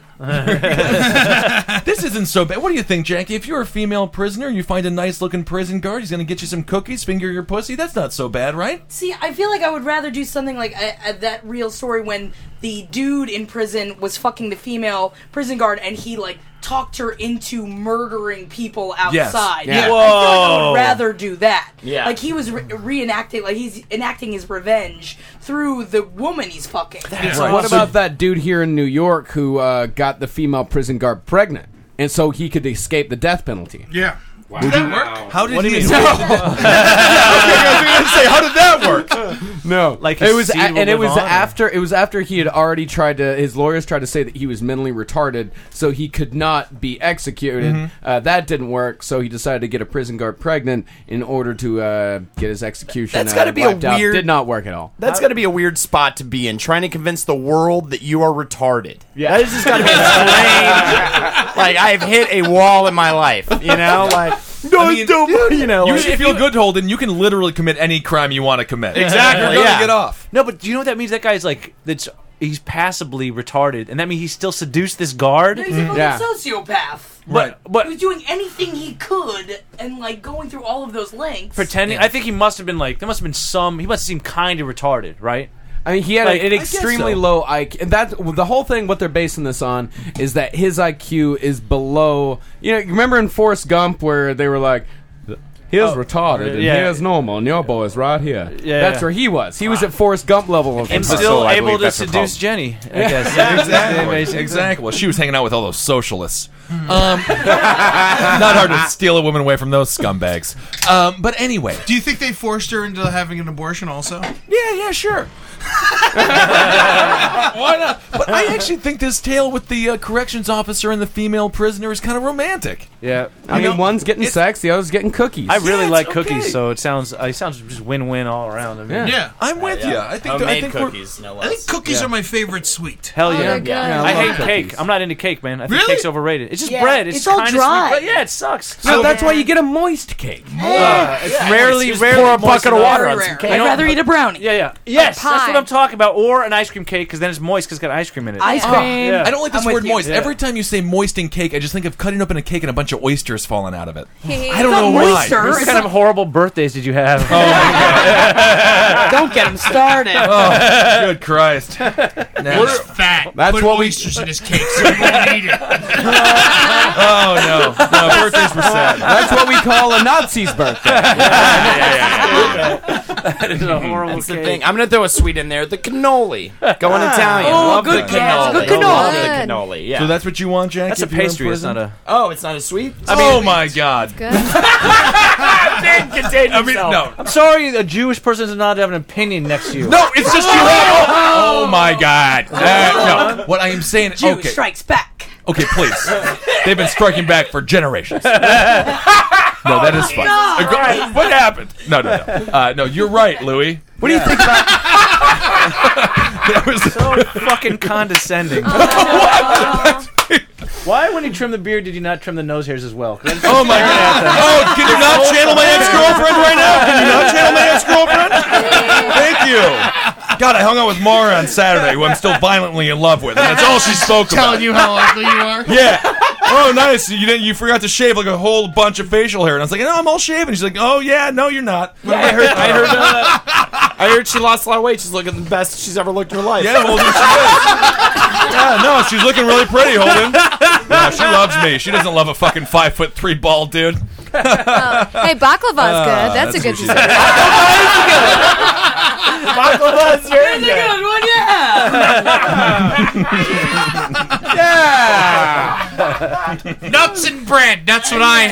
Speaker 7: this isn't so bad. What do you think, Jackie? If you're a female prisoner, you find a nice looking prison guard, he's going to get you some cookies, finger your pussy. That's not so bad, right?
Speaker 12: See, I feel like I would rather do something like uh, uh, that real story when the dude in prison was fucking the female prison guard and he like talked her into murdering people
Speaker 7: Yes.
Speaker 12: outside.
Speaker 7: Yeah.
Speaker 12: I feel like I
Speaker 7: Whoa.
Speaker 12: would rather do that.
Speaker 7: Yeah.
Speaker 12: Like he was re- reenacting, like he's enacting his revenge through the woman he's fucking.
Speaker 1: Right. What about that dude here in New York who uh, got the female prison guard pregnant, and so he could escape the death penalty?
Speaker 8: Yeah.
Speaker 1: Would you-
Speaker 7: How did he?
Speaker 1: say, how did that work? No,
Speaker 5: Like his
Speaker 1: it was, a-
Speaker 5: seed will
Speaker 1: and it
Speaker 5: live
Speaker 1: was
Speaker 5: on, or-
Speaker 1: after it was after he had already tried to. His lawyers tried to say that he was mentally retarded, so he could not be executed.
Speaker 7: Mhm.
Speaker 1: Uh, that didn't work, so he decided to get a prison guard pregnant in order to uh, get his execution.
Speaker 9: That's
Speaker 1: uh,
Speaker 9: got to be a
Speaker 1: wiped out.
Speaker 9: weird.
Speaker 1: Did not work at all.
Speaker 9: That's got to be a weird spot to be in, trying to convince the world that you are retarded. Yeah, that is just got to be strange. like I've hit a wall in my life. You know, like
Speaker 7: I mean,
Speaker 9: you know,
Speaker 7: you
Speaker 9: like-
Speaker 7: should feel good, Holden. You can literally commit any crime you want to commit.
Speaker 5: Exactly,
Speaker 7: You're gonna
Speaker 5: yeah.
Speaker 7: get off.
Speaker 5: No, but do you know what that means? That guy's like that's he's passably retarded, and that means he still seduced this guard. Mm-hmm.
Speaker 12: He's a fucking sociopath.
Speaker 5: But but
Speaker 12: he was doing anything he could and like going through all of those lengths.
Speaker 5: pretending, I think he must have been like there must have been some. He must have seemed kind of retarded, right?
Speaker 1: I mean, he had
Speaker 5: Like,
Speaker 1: an
Speaker 5: I guess
Speaker 1: extremely
Speaker 5: so.
Speaker 1: low IQ, and that the whole thing. What they're basing this on is that his IQ is below. You know, you remember in Forrest Gump where they were like, "He is retarded, and
Speaker 5: Oh, yeah.
Speaker 1: he is normal, and your boy is right here."
Speaker 5: Yeah.
Speaker 1: that's where he was. He was at Forrest Gump level of
Speaker 5: And
Speaker 1: retarded.
Speaker 5: still able to seduce Jenny, I guess.
Speaker 7: exactly. exactly. Well, she was hanging out with all those socialists. Um, not hard to steal a woman away from those scumbags. Um, but anyway,
Speaker 8: Do you think they forced her into having an abortion also?
Speaker 7: Yeah, yeah, sure. why not? But I actually think this tale with the uh, corrections officer and the female prisoner is kind of romantic.
Speaker 1: Yeah, I mean,
Speaker 7: You know,
Speaker 1: one's getting sex, the other's getting cookies.
Speaker 5: I really
Speaker 7: Yeah,
Speaker 5: like
Speaker 7: it's okay.
Speaker 5: cookies, so it sounds uh, it sounds just win win all around. I mean,
Speaker 7: Yeah. Yeah, I'm with Yeah, yeah. ya. I think that- I Homemade think we're- cookies,
Speaker 9: no
Speaker 8: I think cookies
Speaker 5: Yeah.
Speaker 8: are my favorite sweet.
Speaker 10: Oh
Speaker 5: Hell yeah!
Speaker 8: Yeah,
Speaker 5: I,
Speaker 8: love
Speaker 5: hate
Speaker 8: cookies.
Speaker 5: cake. I'm not into cake, man. I think
Speaker 8: Really?
Speaker 5: cake's overrated. It's just
Speaker 8: Yeah,
Speaker 5: bread. It's,
Speaker 8: it's all
Speaker 5: kinda
Speaker 8: dry.
Speaker 5: Sweet, but yeah, it sucks.
Speaker 1: No, that's why you get a moist cake.
Speaker 5: Uh, it's
Speaker 1: Yeah.
Speaker 5: rarely,
Speaker 1: Just
Speaker 5: rarely
Speaker 1: pour a bucket of
Speaker 5: moist
Speaker 1: water
Speaker 5: enough.
Speaker 1: on some cake.
Speaker 5: You
Speaker 12: I'd
Speaker 5: know-
Speaker 12: rather eat a brownie.
Speaker 5: Yeah, yeah. Yes, that's
Speaker 12: pie.
Speaker 5: what I'm talking about. Or an ice cream cake, because then it's moist because it's got ice cream in it.
Speaker 12: Ice
Speaker 5: Ah,
Speaker 12: cream.
Speaker 5: yeah.
Speaker 7: I don't like this
Speaker 12: I'm with
Speaker 7: word
Speaker 12: you.
Speaker 7: moist.
Speaker 5: Yeah.
Speaker 7: Every time you say moist in cake, I just think of cutting open a cake and a bunch of oysters falling out of it. I don't
Speaker 5: It's
Speaker 7: know
Speaker 5: not
Speaker 7: why.
Speaker 5: moister. What kind of horrible birthdays did you have?
Speaker 12: Don't get him started.
Speaker 7: Oh, good Christ.
Speaker 8: He's fat.
Speaker 7: That's
Speaker 8: Put
Speaker 7: what we-
Speaker 8: oysters in his cake so he won't eat it.
Speaker 7: Oh no, no birthdays were sad.
Speaker 1: That's what we call a Nazi's birthday.
Speaker 5: that is a horrible
Speaker 9: That's the thing. I'm gonna throw a sweet in there. The cannoli, going Italian.
Speaker 5: Oh,
Speaker 9: Love
Speaker 5: good
Speaker 9: the
Speaker 5: catch.
Speaker 9: cannoli.
Speaker 5: Good cannoli.
Speaker 9: Love the
Speaker 5: Good.
Speaker 9: cannoli. Yeah.
Speaker 7: So that's what you want, Jack?
Speaker 5: That's a
Speaker 7: if you're in
Speaker 5: pastry, it's
Speaker 7: prison?
Speaker 5: not a-
Speaker 9: oh, it's not a sweet.
Speaker 7: oh my God!
Speaker 5: Contain
Speaker 7: I mean, no.
Speaker 5: I'm sorry, a Jewish person is not to have an opinion next to you.
Speaker 7: No, it's just you. Oh my God! Uh, no, what I am saying.
Speaker 12: Jew
Speaker 7: okay,
Speaker 12: strikes back.
Speaker 7: okay, please. They've been striking back for generations. No, that is fine.
Speaker 12: No.
Speaker 7: Go- What happened? No, no, no. Uh, no, you're right, Louis. What do you think about? that was
Speaker 5: so fucking condescending. Why, when you trim the beard, did you not trim the nose hairs as well?
Speaker 7: Oh my god! Oh, can you not channel my ex-girlfriend right now? Can you not channel my ex-girlfriend? Thank you. God, I hung out with Mara on Saturday, who I'm still violently in love with, and that's all she spoke about.
Speaker 8: Telling you how ugly you are.
Speaker 7: Yeah. Oh, nice. You didn't. You forgot to shave like a whole bunch of facial hair, and I was like, "No, I'm all shaven." She's like, "Oh yeah, no, you're not." I heard. I heard. uh,
Speaker 9: I heard she lost a lot of weight. She's looking the best she's ever looked in her life.
Speaker 7: Yeah, well, there she is. Yeah, no, she's looking really pretty, Holden. No, she loves me. She doesn't love a fucking five foot three bald dude.
Speaker 10: hey, baklava's good. That's, a good dessert.
Speaker 9: baklava's very
Speaker 12: That's a good one, yeah.
Speaker 8: Nuts and bread. That's what I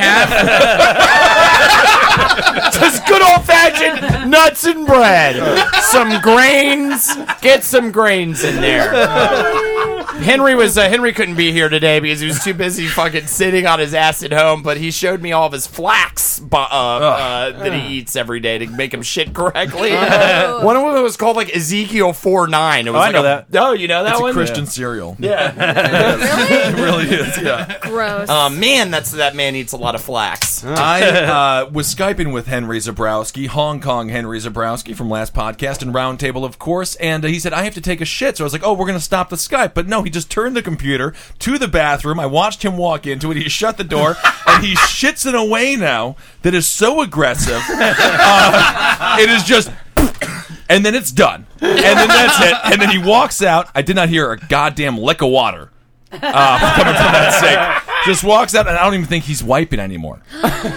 Speaker 8: have.
Speaker 9: Just good old fashioned nuts and bread. Some grains. Get some grains in there. Henry was uh, Henry couldn't be here today because he was too busy fucking sitting on his ass at home. But he showed me all of his flax bo- uh, uh, that he eats every day to make him shit correctly. one of them was called like Ezekiel four nine. It was
Speaker 7: Oh, I
Speaker 9: like
Speaker 7: know
Speaker 9: a-
Speaker 7: that.
Speaker 9: Oh, you know that
Speaker 7: It's a
Speaker 9: one?
Speaker 7: Christian cereal.
Speaker 9: Yeah,
Speaker 7: it really is. Yeah.
Speaker 10: Gross.
Speaker 9: Uh, man, that's that man eats a lot of flax.
Speaker 7: I uh, was skyping with Henry Zabrowski, Hong Kong Henry Zabrowski from last podcast and roundtable, of course. And uh, he said I have to take a shit, so I was like, "Oh, we're gonna stop the Skype." But no, he just turned the computer to the bathroom. I watched him walk into it. He shut the door, and he shits in a way now that is so aggressive. Uh, it is just. And then it's done. And then that's it. And then he walks out. I did not hear a goddamn lick of water uh, coming from that sink. Just walks out, and I don't even think he's wiping anymore.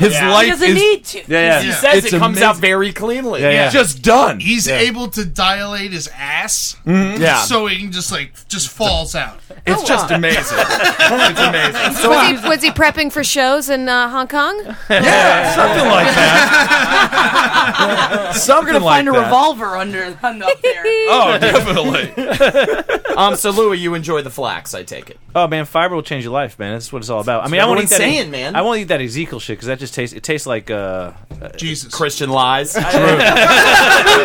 Speaker 7: His
Speaker 9: Yeah.
Speaker 7: life
Speaker 9: He doesn't
Speaker 7: is,
Speaker 9: need to. He says it comes out very cleanly.
Speaker 7: Yeah, yeah. Just done.
Speaker 8: He's
Speaker 7: Yeah.
Speaker 8: able to dilate his ass,
Speaker 7: Mhm. Yeah.
Speaker 8: so he can just like just falls out.
Speaker 7: It's just amazing. it's amazing. So
Speaker 10: was, he, was he prepping for shows in uh, Hong Kong?
Speaker 7: yeah, something like that.
Speaker 12: We're
Speaker 9: Something
Speaker 12: gonna
Speaker 9: like
Speaker 12: find a
Speaker 9: that.
Speaker 12: revolver under under up there.
Speaker 9: Oh,
Speaker 5: definitely.
Speaker 9: um, so Louis, you enjoy the flax, I take it.
Speaker 5: Oh man, fiber will change your life, man. That's what it's all about. I mean, I
Speaker 9: That's
Speaker 5: won't
Speaker 9: what
Speaker 5: eat that. e-
Speaker 9: I'm saying, man.
Speaker 5: I won't eat that Ezekiel shit because that just tastes. It tastes like uh, uh,
Speaker 8: Jesus
Speaker 9: Christian lies.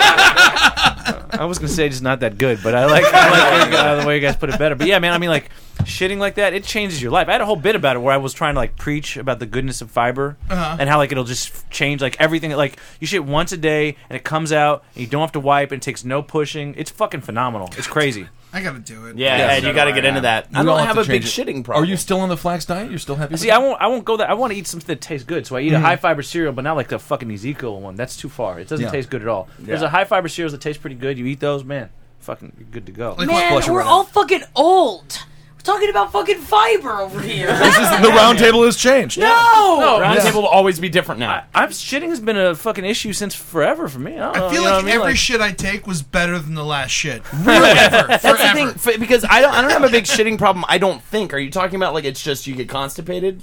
Speaker 5: I was gonna say just not that good, but I like, I like the, uh, the way you guys put it better. But yeah, man, I mean, like shitting like that, it changes your life. I had a whole bit about it where I was trying to like preach about the goodness of fiber
Speaker 14: Uh-huh.
Speaker 5: and how like it'll just change like everything. Like you shit once a day and it comes out and you don't have to wipe and it takes no pushing. It's fucking phenomenal. It's crazy.
Speaker 8: I gotta do it.
Speaker 5: Yeah, Ed, you gotta get into that. I
Speaker 7: We
Speaker 5: don't
Speaker 7: all
Speaker 5: have
Speaker 7: to
Speaker 5: a big
Speaker 7: change
Speaker 5: shitting problem.
Speaker 7: Are you still on the flax diet? You're still happy? with
Speaker 5: See,
Speaker 7: it?
Speaker 5: I won't. I won't go that. I want to eat something that tastes good, so I eat a
Speaker 7: Mhm.
Speaker 5: high fiber cereal, but not like the fucking Ezekiel one. That's too far. It doesn't
Speaker 7: Yeah.
Speaker 5: taste good at all. There's
Speaker 7: Yeah.
Speaker 5: a high fiber cereals that taste pretty good. You eat those, man. Fucking, you're good to go.
Speaker 12: Man, we're all fucking old. We're talking about fucking fiber over here.
Speaker 7: the round table has changed.
Speaker 12: No!
Speaker 5: no,
Speaker 12: Round table
Speaker 9: will always be different now.
Speaker 5: I, am shitting has been a fucking issue since forever for me. I, don't know,
Speaker 8: I feel
Speaker 5: you know
Speaker 8: like
Speaker 5: what Oh, I mean?
Speaker 8: every
Speaker 5: Like-
Speaker 8: shit I take was better than the last shit.
Speaker 9: That's the thing, f- because I don't, I don't have a big shitting problem. I don't think. Are you talking about like it's just you get constipated?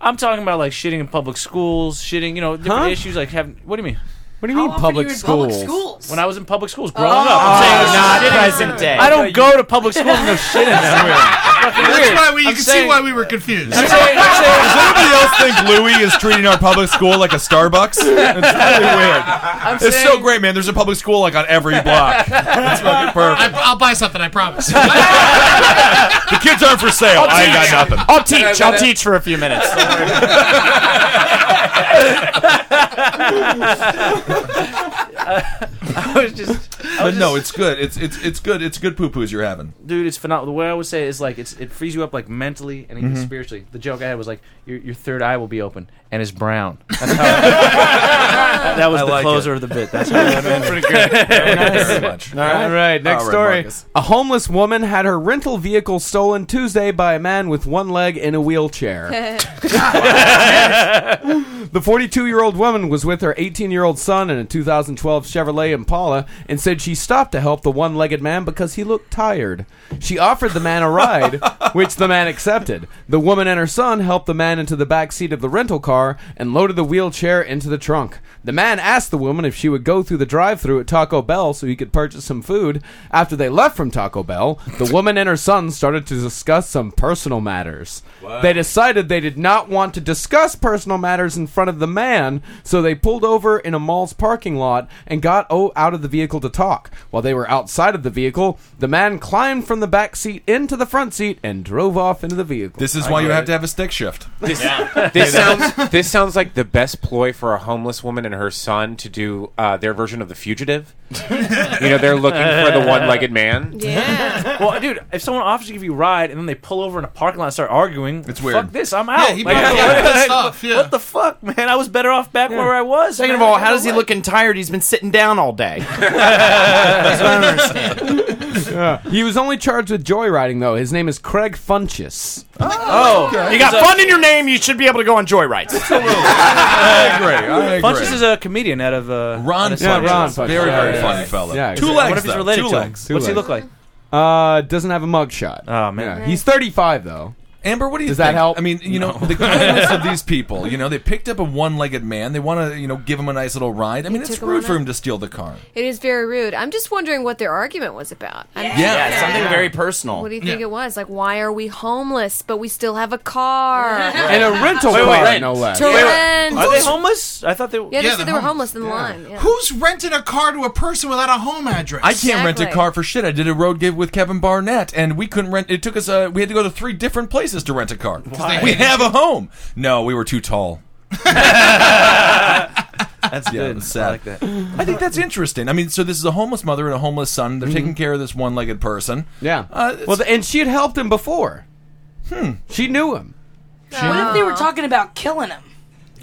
Speaker 5: I'm talking about like shitting in public schools, shitting, you know, different
Speaker 9: Huh?
Speaker 5: issues like having. What do you mean? What
Speaker 9: do you How mean often public are you in public schools? schools?
Speaker 5: When I was in public schools growing up,
Speaker 9: Oh,
Speaker 5: I'm saying this is
Speaker 9: not
Speaker 5: shitting.
Speaker 9: present day.
Speaker 5: I
Speaker 9: No,
Speaker 5: don't
Speaker 9: you-
Speaker 5: go to public schools and no shit in them. It's fucking
Speaker 8: That's
Speaker 5: weird.
Speaker 8: why we, you
Speaker 5: I'm
Speaker 8: can see
Speaker 5: saying-
Speaker 8: why we were confused.
Speaker 7: Does anybody else think Louis is treating our public school like a Starbucks? It's really weird. it's so
Speaker 8: saying-
Speaker 7: great, man. There's a public school like on every block. It's fucking perfect.
Speaker 8: I, I'll buy something. I promise.
Speaker 7: The kids aren't for sale. I ain't got nothing.
Speaker 9: I'll teach. I'll teach for a few minutes.
Speaker 5: I was just, I
Speaker 7: But
Speaker 5: was
Speaker 7: no,
Speaker 5: just-
Speaker 7: it's good. It's it's it's good. It's good poo poos you're having.
Speaker 5: dude, it's phenomenal. The way I would say it is like it's it frees you up like mentally and
Speaker 1: Mm-hmm.
Speaker 5: even
Speaker 7: Mhm.
Speaker 5: spiritually. The joke I had was like your your third eye will be open and it's brown. That's how that was
Speaker 1: I
Speaker 5: the
Speaker 1: like
Speaker 5: closer of the bit. That's how I meant.
Speaker 1: Pretty good.
Speaker 5: Nice.
Speaker 1: Very much. All right, next story. A homeless woman had her rental vehicle stolen Tuesday by a man with one leg in a wheelchair. the 42 year old woman was with her 18 year old son in a 2012 Chevrolet Impala and said she stopped to help the one legged man because he looked tired. She offered the man a ride, which the man accepted. The woman and her son helped the man into the back seat of the rental car and loaded the wheelchair into the trunk. The man asked the woman if she would go through the drive through at Taco Bell so he could purchase some food. After they left from Taco Bell, the woman and her son started to discuss some personal matters. They decided they did not want to discuss personal matters in front of the man, so they pulled over in a mall's parking lot and got o- out of the vehicle to talk. While they were outside of the vehicle, the man climbed from the back seat into the front seat and drove off into the vehicle.
Speaker 7: This is why you have to have a stick shift.
Speaker 11: This, this sounds this sounds like the best ploy for a homeless woman and her son to do uh, their version of the fugitive. you know, they're looking for the one-legged man.
Speaker 5: Yeah. well, dude, if someone offers to give you a ride and then they pull over in a parking lot and start arguing, it's
Speaker 11: weird.
Speaker 5: Fuck this, I'm out.
Speaker 9: he
Speaker 5: Like, what-
Speaker 9: probably
Speaker 5: what-
Speaker 9: got pissed off,
Speaker 5: What the fuck, man? I was better off back where I was.
Speaker 9: Second
Speaker 5: man.
Speaker 9: of all,
Speaker 5: I
Speaker 9: how
Speaker 5: don't
Speaker 9: does he
Speaker 5: like-
Speaker 9: looking tired? He's been sitting down all day. That's what I don't understand.
Speaker 1: He was only charged with joyriding, though. His name is Craig Funches.
Speaker 9: Oh, you got
Speaker 5: So-
Speaker 9: fun in your name. You should be able to go on joyrides.
Speaker 7: I agree. I agree.
Speaker 5: Funches is a comedian out of uh, out
Speaker 7: Ron
Speaker 5: of
Speaker 7: Funches.
Speaker 5: Sunshine.
Speaker 7: Ron Funches. Very, very funny fella. Two
Speaker 5: Is it-
Speaker 7: legs,
Speaker 5: What if he's
Speaker 7: though.
Speaker 5: related
Speaker 7: Two
Speaker 5: to him?
Speaker 7: legs. Ah, Two
Speaker 5: What's he look
Speaker 7: legs.
Speaker 5: like?
Speaker 1: Uh, doesn't have a mugshot. Oh
Speaker 5: man,
Speaker 1: he's 35 though.
Speaker 7: Amber, what do you
Speaker 9: Does
Speaker 7: think?
Speaker 9: that help?
Speaker 7: I mean, you know, the kindness of these people. You know, they picked up a one-legged man. They want to, you know, give him a nice little ride. I mean, it's
Speaker 10: took him
Speaker 7: rude
Speaker 10: on
Speaker 7: for
Speaker 10: a-
Speaker 7: him to steal the car.
Speaker 10: It is very rude. I'm just wondering what their argument was about. I'm
Speaker 7: Yeah.
Speaker 10: curious.
Speaker 7: Yeah, something very personal.
Speaker 10: What do you think it was? Like, why are we homeless but we still have a car
Speaker 1: And a rental
Speaker 5: Wait, wait,
Speaker 1: car,
Speaker 5: rent.
Speaker 1: no less.
Speaker 10: To rent.
Speaker 5: Are they homeless? I thought they.
Speaker 10: Yeah, they said they were homeless in the line. Yeah.
Speaker 8: Who's renting a car to a person without a home address?
Speaker 7: I can't rent a car for shit. I did a road gig with Kevin Barnett, and we couldn't rent. It took us. Uh, we had to go to three different places to rent a car.
Speaker 5: Why?
Speaker 7: We have a home. No, we were too tall.
Speaker 5: That's
Speaker 7: yeah,
Speaker 5: good. I
Speaker 7: that's sad.
Speaker 5: like that.
Speaker 7: I think that's interesting. I mean, so this is a homeless mother and a homeless son. They're taking care of this one-legged person.
Speaker 1: Mm-hmm. Yeah.
Speaker 7: Uh,
Speaker 1: well, the, and she had helped him before.
Speaker 7: Hmm.
Speaker 1: She knew him.
Speaker 12: What if they were talking about killing him?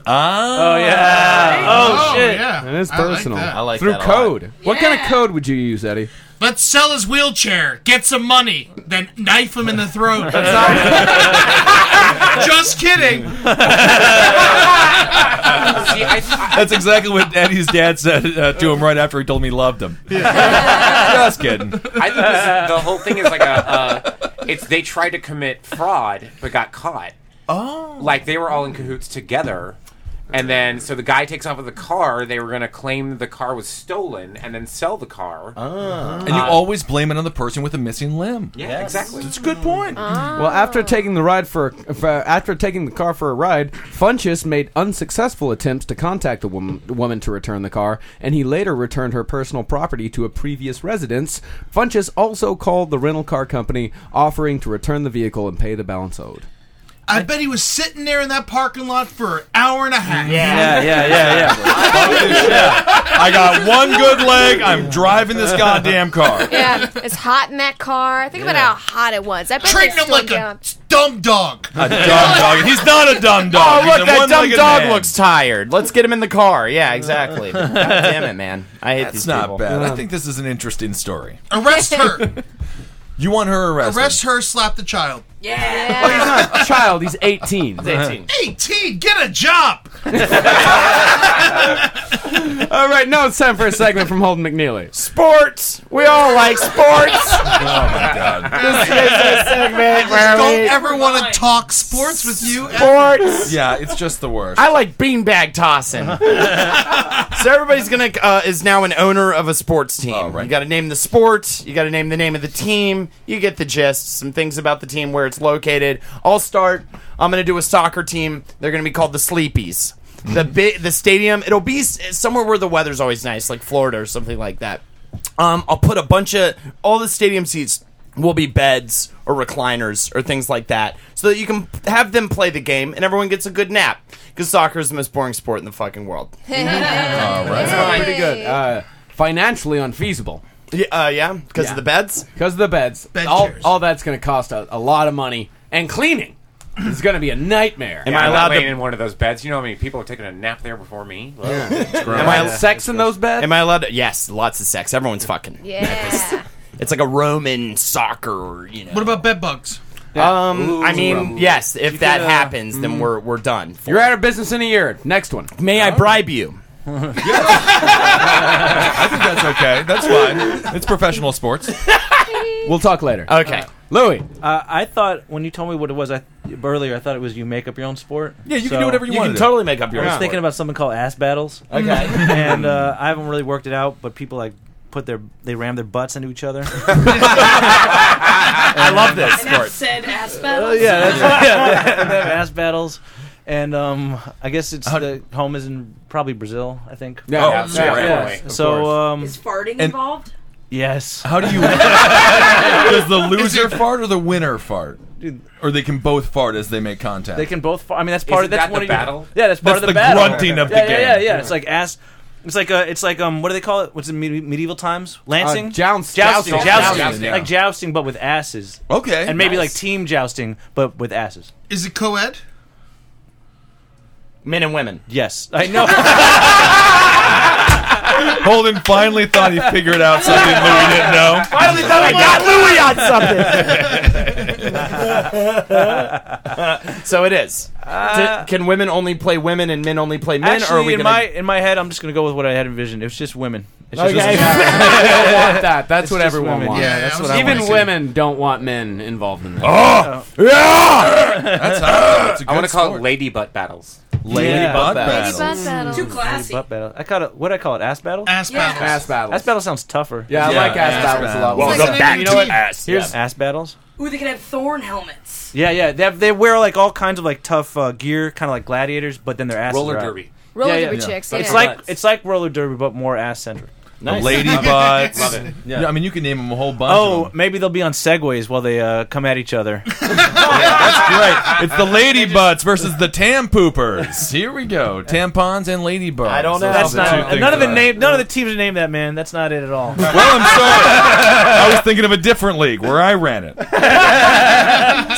Speaker 7: Oh,
Speaker 1: yeah.
Speaker 12: Oh, Oh, shit. yeah.
Speaker 1: That is
Speaker 12: I like
Speaker 1: personal.
Speaker 12: that. Ah. I like
Speaker 1: Through
Speaker 12: that a lot.
Speaker 1: code. What kind of code would you use, Eddie?
Speaker 8: Let's sell his wheelchair, get some money, then knife him in the throat. Just kidding.
Speaker 7: That's exactly what Eddie's dad said uh, to him right after he told me he loved him. Just kidding.
Speaker 11: I think this, the whole thing is like a. Uh, it's they tried to commit fraud but got caught.
Speaker 7: Oh.
Speaker 11: Like they were all in cahoots together, and then so the guy takes off with the car. They were going to claim the car was stolen and then sell the car. Oh.
Speaker 1: Ah.
Speaker 11: Uh,
Speaker 7: And you always blame it on the person with a missing limb.
Speaker 11: Yeah, exactly. It's
Speaker 7: a good point.
Speaker 1: Well,
Speaker 12: Oh.
Speaker 1: after taking the ride for, a, for after taking the car for a ride, Funchess made unsuccessful attempts to contact the woman, woman to return the car, and he later returned her personal property to a previous residence. Funchess also called the rental car company, offering to return the vehicle and pay the balance owed.
Speaker 8: I bet he was sitting there in that parking lot for an hour and a half.
Speaker 7: I got one good leg. I'm driving this goddamn car.
Speaker 10: yeah, it's hot in that car. Think about
Speaker 7: Yeah.
Speaker 10: how hot it was. I bet
Speaker 8: Treating
Speaker 10: they
Speaker 8: him
Speaker 10: still
Speaker 8: like
Speaker 10: get on-
Speaker 8: a dumb dog.
Speaker 7: A dumb dog. He's not a dumb dog.
Speaker 9: Oh,
Speaker 7: He's
Speaker 9: look,
Speaker 7: a
Speaker 9: that dumb
Speaker 7: one-legged
Speaker 9: dog
Speaker 7: man.
Speaker 9: looks tired. Let's get him in the car. Yeah, exactly. God damn it, man. I hate
Speaker 7: That's
Speaker 9: these
Speaker 7: not
Speaker 9: people.
Speaker 7: bad. I think this is an interesting story.
Speaker 8: Arrest her.
Speaker 7: You want her arrested?
Speaker 8: Arrest her, slap the child. Oh,
Speaker 10: Yeah.
Speaker 1: he's not a child. He's 18.
Speaker 7: 18.
Speaker 8: 18, get a job.
Speaker 1: All right, now it's time for a segment from Holden McNeely.
Speaker 9: Sports. We all like sports.
Speaker 7: God.
Speaker 8: I just
Speaker 9: we-
Speaker 8: don't ever want to talk sports with you.
Speaker 9: Sports.
Speaker 7: Yeah, it's just the worst.
Speaker 9: I like beanbag tossing. so everybody's gonna uh, is now an owner of a sports team. You got to name the sport. You got to name the name of the team. You get the gist. Some things about the team where it's located. I'll start. I'm gonna do a soccer team. They're gonna be called the Sleepies. The bi- the stadium. It'll be s- somewhere where the weather's always nice, like Florida or something like that. Um, I'll put a bunch of all the stadium seats will be beds or recliners or things like that, so that you can have them play the game and everyone gets a good nap. Because soccer is the most boring sport in the fucking world.
Speaker 1: All right. That's pretty good. Uh, financially unfeasible.
Speaker 9: Yeah, uh, yeah, because of the beds.
Speaker 1: Because of the beds. all, all that's going to cost a, a lot of money, and cleaning is going to be a nightmare.
Speaker 11: Am I allowed to in one of those beds? You know how many people have taken a nap there before me?
Speaker 9: Am I
Speaker 1: sex in those beds?
Speaker 9: Am I allowed? to... Yes, lots of sex. Everyone's fucking.
Speaker 10: Yeah.
Speaker 9: It's like a Roman soccer, you know.
Speaker 8: What about bed bugs?
Speaker 9: Um, I mean, yes. If that happens, then we're we're done.
Speaker 1: mm. You're out of business in a year. Next one.
Speaker 9: May I bribe you?
Speaker 7: I think that's okay. That's fine. It's professional sports.
Speaker 1: We'll talk later.
Speaker 9: Okay.
Speaker 1: Louis.
Speaker 5: Uh, I thought when you told me what it was I, earlier, I thought it was you make up your own sport.
Speaker 7: Yeah, you can do whatever you want
Speaker 5: can
Speaker 7: to do.
Speaker 5: totally make up your
Speaker 7: Yeah.
Speaker 5: own. I was thinking about something called ass battles. Okay, and uh, I haven't really worked it out, but people like put their they ram their butts into each other.
Speaker 9: I love this
Speaker 12: And that said ass
Speaker 5: Oh
Speaker 12: battles.
Speaker 5: yeah, that's right. yeah, they have ass battles, and um, I guess it's the home is in probably Brazil. I think.
Speaker 1: Yeah, Yeah, yeah, right, right. of
Speaker 5: So
Speaker 1: course.
Speaker 5: um,
Speaker 12: Is farting
Speaker 7: And-
Speaker 12: involved?
Speaker 5: yes.
Speaker 7: How do you? Does the loser fart or the winner fart? Or they can both fart as they make contact.
Speaker 5: They can both. Fart. I mean, that's part
Speaker 11: Isn't
Speaker 5: of that's
Speaker 11: that
Speaker 5: one
Speaker 11: the
Speaker 5: of your-
Speaker 11: battle?
Speaker 5: yeah, that's part
Speaker 7: That's
Speaker 5: of the,
Speaker 7: the
Speaker 5: battle.
Speaker 7: grunting of the
Speaker 5: yeah, Yeah, yeah,
Speaker 7: game.
Speaker 5: yeah. It's like ass. It's like uh, it's like um, what do they call it? What's in me- medieval times? Lancing,
Speaker 1: Uh, joust-
Speaker 5: jousting,
Speaker 1: jousting.
Speaker 5: jousting,
Speaker 1: Jousting.
Speaker 5: like jousting, but with asses.
Speaker 7: Okay,
Speaker 5: and maybe
Speaker 9: Nice.
Speaker 5: like team jousting, but with asses.
Speaker 8: Is it co ed?
Speaker 9: Men and women.
Speaker 5: Yes, I know.
Speaker 7: Holden finally thought he figured out something Louis didn't know.
Speaker 9: Finally thought I got Louis on something. so it is. D- can women only play women and men only play men? or are
Speaker 5: Actually,
Speaker 9: we
Speaker 5: in
Speaker 9: gonna...
Speaker 5: my in my head, I'm just gonna go with what I had envisioned. It's just women.
Speaker 1: It's just- Okay. I want that. That's what everyone wants.
Speaker 7: Yeah, that's what I
Speaker 1: Even
Speaker 7: wanna see.
Speaker 1: women don't want men involved in this.
Speaker 5: Ah!
Speaker 7: Oh! Yeah! That's how- that's a
Speaker 11: I want
Speaker 7: good
Speaker 11: to call
Speaker 7: sport.
Speaker 11: it lady butt battles.
Speaker 5: Lady butt battles.
Speaker 10: Lady butt battles. Too classy.
Speaker 5: Lady butt battle. I call it. What I call it? Ass battle. Ass
Speaker 10: Yeah. battles.
Speaker 1: Ass battles.
Speaker 5: Ass battle sounds tougher.
Speaker 1: Yeah, I like ass battles a lot. Welcome
Speaker 5: It's like
Speaker 1: back
Speaker 5: you know what?
Speaker 1: to ass.
Speaker 5: Here's
Speaker 1: Yeah.
Speaker 5: ass battles.
Speaker 12: Ooh, they could have thorn helmets.
Speaker 5: Yeah, yeah. They, have, they wear like all kinds of like tough uh, gear, kind of like gladiators, but then their ass
Speaker 11: Roller derby. Roller derby chicks,
Speaker 5: It's
Speaker 11: yeah.
Speaker 5: like it's like roller derby, but more ass centered.
Speaker 7: The lady butts.
Speaker 5: Love it.
Speaker 7: Yeah, I mean, you can name them a whole bunch.
Speaker 5: oh, maybe they'll be on segways while they uh, come at each other.
Speaker 7: Right. It's the lady butts versus the tam poopers. Here we go. Tampons and lady butts.
Speaker 5: I don't know.
Speaker 7: Those
Speaker 5: That's
Speaker 7: are two
Speaker 5: not,
Speaker 7: things
Speaker 5: none of the
Speaker 7: that-
Speaker 5: name. None of the teams are named that, man. That's not it at all.
Speaker 7: I was thinking of a different league where I ran it.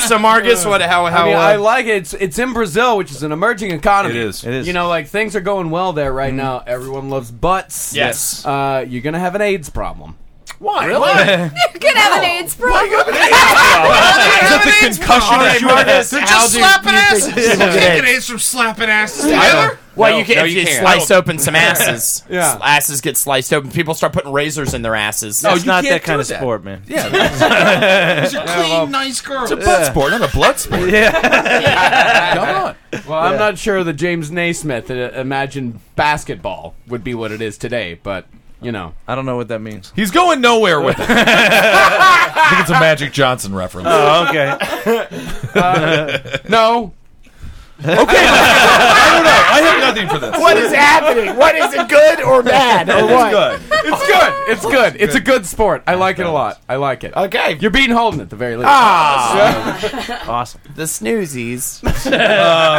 Speaker 9: so Marcus, what? How? How?
Speaker 1: I, mean,
Speaker 9: uh,
Speaker 1: I like it. It's, it's in Brazil, which is an emerging economy.
Speaker 7: It is.
Speaker 1: It is. You know, like things are going well there right
Speaker 9: Mm-hmm.
Speaker 1: now. Everyone loves butts.
Speaker 7: Yes.
Speaker 1: Uh, you're gonna have an AIDS problem.
Speaker 9: Why?
Speaker 1: Really?
Speaker 10: Why? you could have an AIDS problem.
Speaker 7: That's a concussion
Speaker 1: All right,
Speaker 7: issue.
Speaker 1: Marcus,
Speaker 7: They're
Speaker 9: how
Speaker 7: just
Speaker 9: do
Speaker 7: slapping
Speaker 9: you
Speaker 7: asses.
Speaker 9: think-
Speaker 7: You
Speaker 8: Taking
Speaker 7: can't get
Speaker 8: AIDS from slapping asses
Speaker 9: I don't-
Speaker 8: together.
Speaker 9: Well, you can
Speaker 11: no,
Speaker 9: if
Speaker 11: you
Speaker 9: you,
Speaker 11: can't.
Speaker 9: slice open some asses.
Speaker 11: Yeah.
Speaker 9: asses get sliced open. People start putting razors in their asses.
Speaker 5: That's not that kind of sport, man.
Speaker 7: Yeah,
Speaker 8: These are clean, nice girls.
Speaker 7: It's a butt sport, not a blood sport.
Speaker 1: Yeah.
Speaker 7: Come on.
Speaker 1: Well, I'm not sure that James Naismith uh, imagined basketball would be what it is today, but you know,
Speaker 5: I don't know what that means.
Speaker 7: He's going nowhere with it. I think it's a Magic Johnson reference. Um,
Speaker 5: Oh, okay.
Speaker 7: Uh,
Speaker 1: no.
Speaker 7: I don't know. I have nothing for this.
Speaker 9: What is happening? What is it good or bad or what?
Speaker 7: It's good.
Speaker 1: It's good. It's good. It's a good sport. I like it a lot. I like it.
Speaker 9: Okay.
Speaker 1: You're beating Holden at the very least.
Speaker 9: Ah.
Speaker 5: awesome.
Speaker 9: The snoozies.
Speaker 7: Um,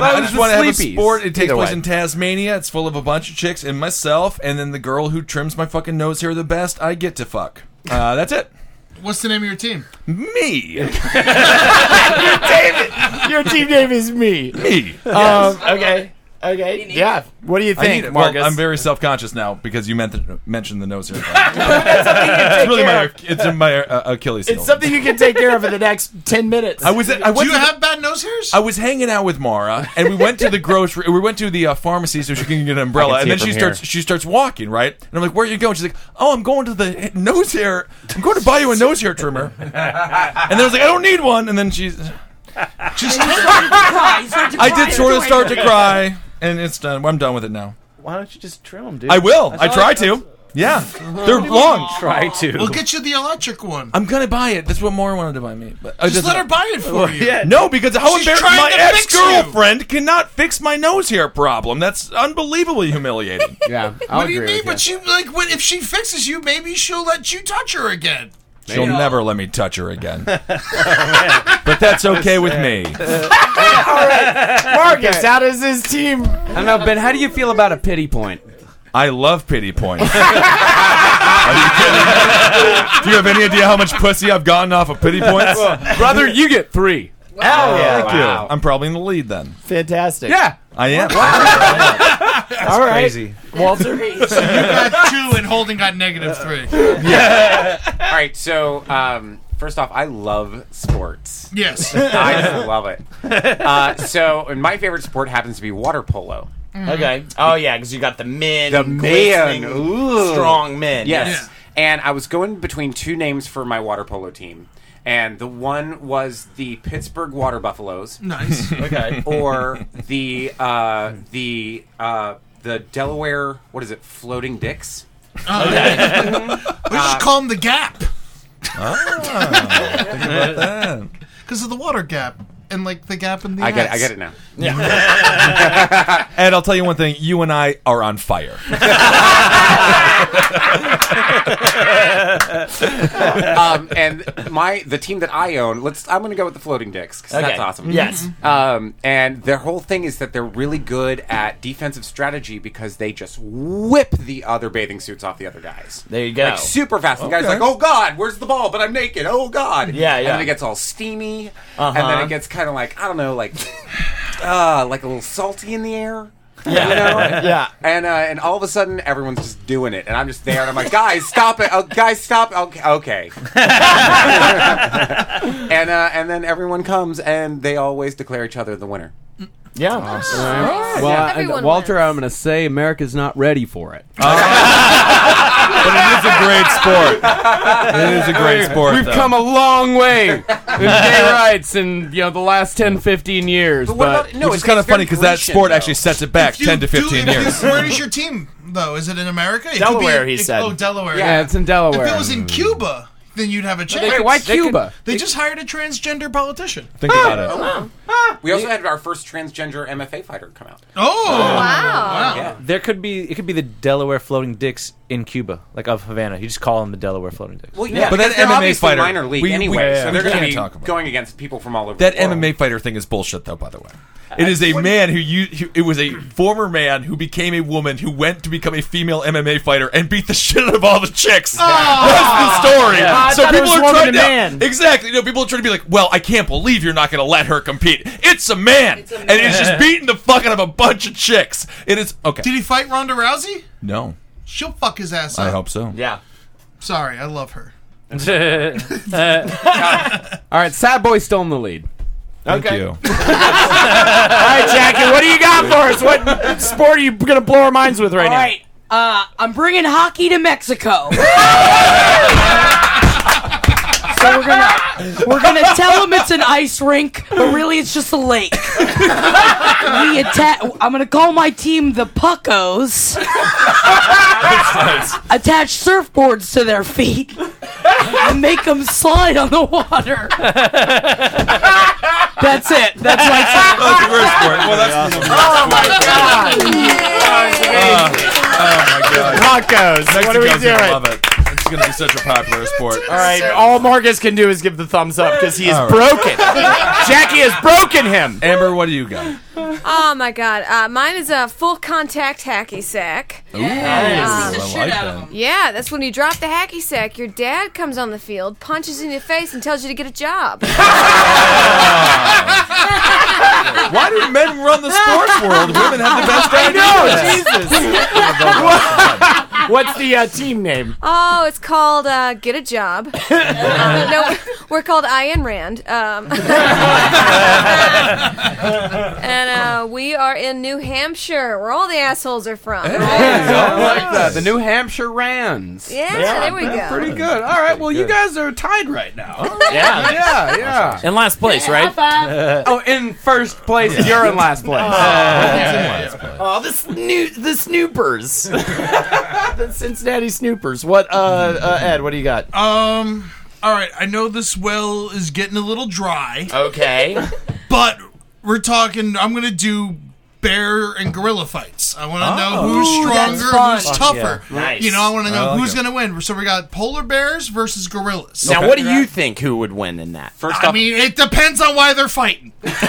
Speaker 7: I
Speaker 1: was
Speaker 7: just
Speaker 1: the
Speaker 7: want to have a
Speaker 1: sleepies.
Speaker 7: sport. It takes
Speaker 9: Either
Speaker 7: place
Speaker 9: way.
Speaker 7: in Tasmania. It's full of a bunch of chicks and myself, and then the girl who trims my fucking nose hair the best. I get to fuck. Uh, that's it.
Speaker 8: What's the name of your team?
Speaker 7: Me.
Speaker 9: Your team name is me.
Speaker 7: Me.
Speaker 9: Um, okay. Okay. Yeah. What do you
Speaker 7: I
Speaker 9: think,
Speaker 7: need it. Well,
Speaker 9: Marcus?
Speaker 7: I'm very self conscious now because you meant mentioned the nose hair.
Speaker 9: take
Speaker 7: it's really
Speaker 9: care
Speaker 7: my it's my uh, Achilles heel.
Speaker 9: it's something you can take care of in the next ten minutes.
Speaker 7: I was I went
Speaker 8: Do you
Speaker 7: to the-
Speaker 8: have bad nose hairs?
Speaker 7: I was hanging out with Mara, and we went to the grocery. We went to the uh, pharmacy so she can get an umbrella,
Speaker 11: I can
Speaker 7: and
Speaker 11: see it
Speaker 7: then she
Speaker 11: from
Speaker 7: starts. She starts walking, right? And I'm like, "Where are you going?" She's like, "Oh, I'm going to the nose hair. I'm going to buy you a nose hair trimmer." and then I was like, "I don't need one." And then she's.
Speaker 8: Just
Speaker 7: I did sort of start to cry, and it's done. I'm done with it now.
Speaker 5: Why don't you just trim them, dude?
Speaker 7: I will.
Speaker 5: That's
Speaker 7: I
Speaker 5: all
Speaker 7: try to. Yeah, they're long.
Speaker 5: Try to.
Speaker 8: We'll get you the electric one.
Speaker 7: I'm gonna buy it. That's what Mara wanted to buy me. But I
Speaker 8: Just let her buy it for you.
Speaker 5: yeah.
Speaker 7: No, because how
Speaker 8: She's
Speaker 7: embarrassed
Speaker 8: trying
Speaker 7: my
Speaker 8: to
Speaker 7: ex
Speaker 8: fix you.
Speaker 7: girlfriend cannot fix my nose hair problem. That's unbelievably humiliating.
Speaker 1: Yeah. I'll
Speaker 8: What do you
Speaker 1: agree
Speaker 8: mean?
Speaker 1: with
Speaker 8: But she like when if she fixes you, maybe she'll let you touch her again.
Speaker 7: She'll never let me touch her again. but that's okay with me.
Speaker 9: Marcus, how does this team?
Speaker 1: I don't know, Ben. How do you feel about a pity point?
Speaker 7: I love pity points. Are you kidding me? Do you have any idea how much pussy I've gotten off of pity points?
Speaker 1: Brother, you get three.
Speaker 9: Oh, yeah.
Speaker 7: Thank you. I'm probably in the lead then.
Speaker 9: Fantastic.
Speaker 1: Yeah.
Speaker 7: I am.
Speaker 9: All right.
Speaker 5: Crazy.
Speaker 9: Walter.
Speaker 8: You got two, and Holden got negative three.
Speaker 11: All right, so um, first off, I love sports.
Speaker 8: Yes.
Speaker 11: I love it. Uh, so, and my favorite sport happens to be water polo.
Speaker 9: Okay. Oh yeah, because you got the men,
Speaker 11: The
Speaker 9: glistening,
Speaker 11: man, ooh.
Speaker 9: strong men.
Speaker 11: Yes. And I was going between two names for my water polo team. And the one was the Pittsburgh Water Buffaloes
Speaker 8: Nice.
Speaker 9: Okay.
Speaker 11: or the uh, the uh, the Delaware, what is it, Floating Dicks?
Speaker 8: Oh,
Speaker 11: Uh,
Speaker 8: We just call him the gap
Speaker 7: Ah,
Speaker 8: Oh.
Speaker 7: About that.
Speaker 8: because of the water gap and like the gap in the.
Speaker 11: I get it,
Speaker 8: ice.
Speaker 11: I get it now.
Speaker 7: And I'll tell you one thing, you and I are on fire.
Speaker 11: um, and my the team that I own, let's I'm going to go with the Floating Dicks 'cause
Speaker 9: Okay.
Speaker 11: that's awesome.
Speaker 9: Yes.
Speaker 11: Um, and their whole thing is that they're really good at defensive strategy because they just whip the other bathing suits off the other guys.
Speaker 9: There you go.
Speaker 11: Like super fast. The guy's
Speaker 7: Okay.
Speaker 11: like, "Oh God, where's the ball?" But I'm naked. Oh God.
Speaker 9: Yeah,
Speaker 11: And
Speaker 9: yeah.
Speaker 11: then it gets all steamy, and then it gets kind of like I don't know, like uh, like a little salty in the air. Yeah. You know?
Speaker 9: yeah.
Speaker 11: And uh, and all of a sudden, everyone's just doing it, and I'm just there, and I'm like, guys, stop it, oh, guys, stop, okay, okay. and uh, and then everyone comes, and they always declare each other the winner.
Speaker 9: Yeah.
Speaker 1: Well, I-
Speaker 10: Everyone
Speaker 1: Walter,
Speaker 10: wins.
Speaker 1: I'm going to say America's not ready for it.
Speaker 7: but it is a great sport. It is a great sport.
Speaker 1: We've
Speaker 7: though.
Speaker 1: come a long way in gay rights in you know the last 10, 15 years. But,
Speaker 7: which is kind of funny because that sport actually sets it back ten to fifteen years.
Speaker 8: Where is your team, though? Is it in America? It could be
Speaker 7: Delaware,
Speaker 8: in-
Speaker 7: he
Speaker 8: it-
Speaker 7: said.
Speaker 8: Oh, Delaware.
Speaker 1: Yeah, it's in Delaware.
Speaker 8: If it was in Cuba, then you'd have a
Speaker 1: they
Speaker 8: chance.
Speaker 1: could- why they could- Cuba?
Speaker 8: They, just hired a transgender politician. Ah.
Speaker 7: Think about it.
Speaker 11: Ah. Oh, We also had our first transgender MFA fighter come out.
Speaker 8: Oh,
Speaker 11: wow. Yeah.
Speaker 5: There could be it could be the Delaware floating dicks in Cuba, like of Havana. You just call them the Delaware floating dicks.
Speaker 11: Well, yeah, but that MMA obviously fighter, minor league
Speaker 7: we- we-
Speaker 11: anyway, so
Speaker 7: we
Speaker 11: they're going
Speaker 7: can't
Speaker 11: to be
Speaker 7: talk about
Speaker 11: going against people from all over.
Speaker 7: That
Speaker 11: the world.
Speaker 7: MMA fighter thing is bullshit, though. By the way, it is a man who you. Who, it was a former man who became a woman who went to become a female MMA fighter and beat the shit out of all the chicks. That's the story.
Speaker 13: Yeah. Ah, I
Speaker 7: So
Speaker 13: thought it
Speaker 7: people
Speaker 13: was
Speaker 7: are
Speaker 13: woman
Speaker 7: trying
Speaker 13: and
Speaker 7: to
Speaker 13: man.
Speaker 7: exactly. You know, people are trying to be like, "Well, I can't believe you're not going to let her compete. It's a man, and it's just beating the fuck out of a bunch of chicks. It is okay.
Speaker 8: Did he fight Ronda Rousey?
Speaker 7: No,
Speaker 8: She'll fuck his ass
Speaker 7: I
Speaker 8: up.
Speaker 7: hope so.
Speaker 8: Yeah. Sorry, I love her.
Speaker 1: All right, Sad Boy still in the lead.
Speaker 7: Thank Okay. you.
Speaker 14: All right, Jackie, what do you got for us? What sport are you going to blow our minds with right
Speaker 12: All
Speaker 14: now?
Speaker 12: right, uh, I'm bringing hockey to Mexico. so we're gonna we're gonna tell them it's an ice rink, but really it's just a lake. we atta- I'm gonna call my team the Puckos. Attach surfboards to their feet and make them slide on the water. That's it. That's my team.
Speaker 7: That's the worst sport. Well, that's
Speaker 12: Oh my
Speaker 7: Uh, oh my god.
Speaker 14: Tacos. What are we
Speaker 7: Mexico's gonna
Speaker 14: doing?
Speaker 7: Love it. It's going to be such a popular sport.
Speaker 14: All right, all Marcus can do is give the thumbs up because he is
Speaker 7: All right.
Speaker 14: broken. Jackie has broken him.
Speaker 7: Amber, what do you got?
Speaker 10: Oh my god, uh, mine is a full contact hacky sack.
Speaker 7: Ooh,
Speaker 10: Beats the
Speaker 7: I
Speaker 10: shit
Speaker 7: like
Speaker 10: out
Speaker 7: that.
Speaker 10: Yeah, that's when you drop the hacky sack. Your dad comes on the field, punches you in your face, and tells you to get a job.
Speaker 7: Why do men run the sports world? Women have the best
Speaker 14: I
Speaker 7: idea.
Speaker 14: know, Jesus. What's the uh, team name?
Speaker 10: Oh, it's called uh, Get a Job. Uh, no, we're called Ayn Rand. Um,
Speaker 8: Oh,
Speaker 10: and uh, we are in New Hampshire, where all the assholes are from.
Speaker 1: I like that. The New Hampshire Rams.
Speaker 10: Yeah, there we go.
Speaker 1: Pretty good. All right. Well, you guys are tied right now.
Speaker 14: Yeah.
Speaker 1: yeah, yeah.
Speaker 14: In last place,
Speaker 1: right? oh, in first place. You're in last place.
Speaker 14: Oh, the, snoo- the snoopers. the Cincinnati snoopers. What, uh, uh, Ed, what do you got?
Speaker 8: Um. All right. I know this well is getting a little dry.
Speaker 14: Okay.
Speaker 8: But we're talking. I'm gonna do bear and gorilla fights. I want to
Speaker 14: Oh.
Speaker 8: know who's
Speaker 14: Ooh, that's
Speaker 8: stronger,
Speaker 14: fun.
Speaker 8: who's
Speaker 14: Fuck
Speaker 8: tougher.
Speaker 14: yeah. Nice.
Speaker 8: You know, I want to know
Speaker 14: I like
Speaker 8: who's
Speaker 14: it.
Speaker 8: gonna win. So we got polar bears versus gorillas.
Speaker 14: Now, what do you think who would win in that? First
Speaker 8: I mean, it depends on why they're fighting.
Speaker 14: oh,
Speaker 8: say-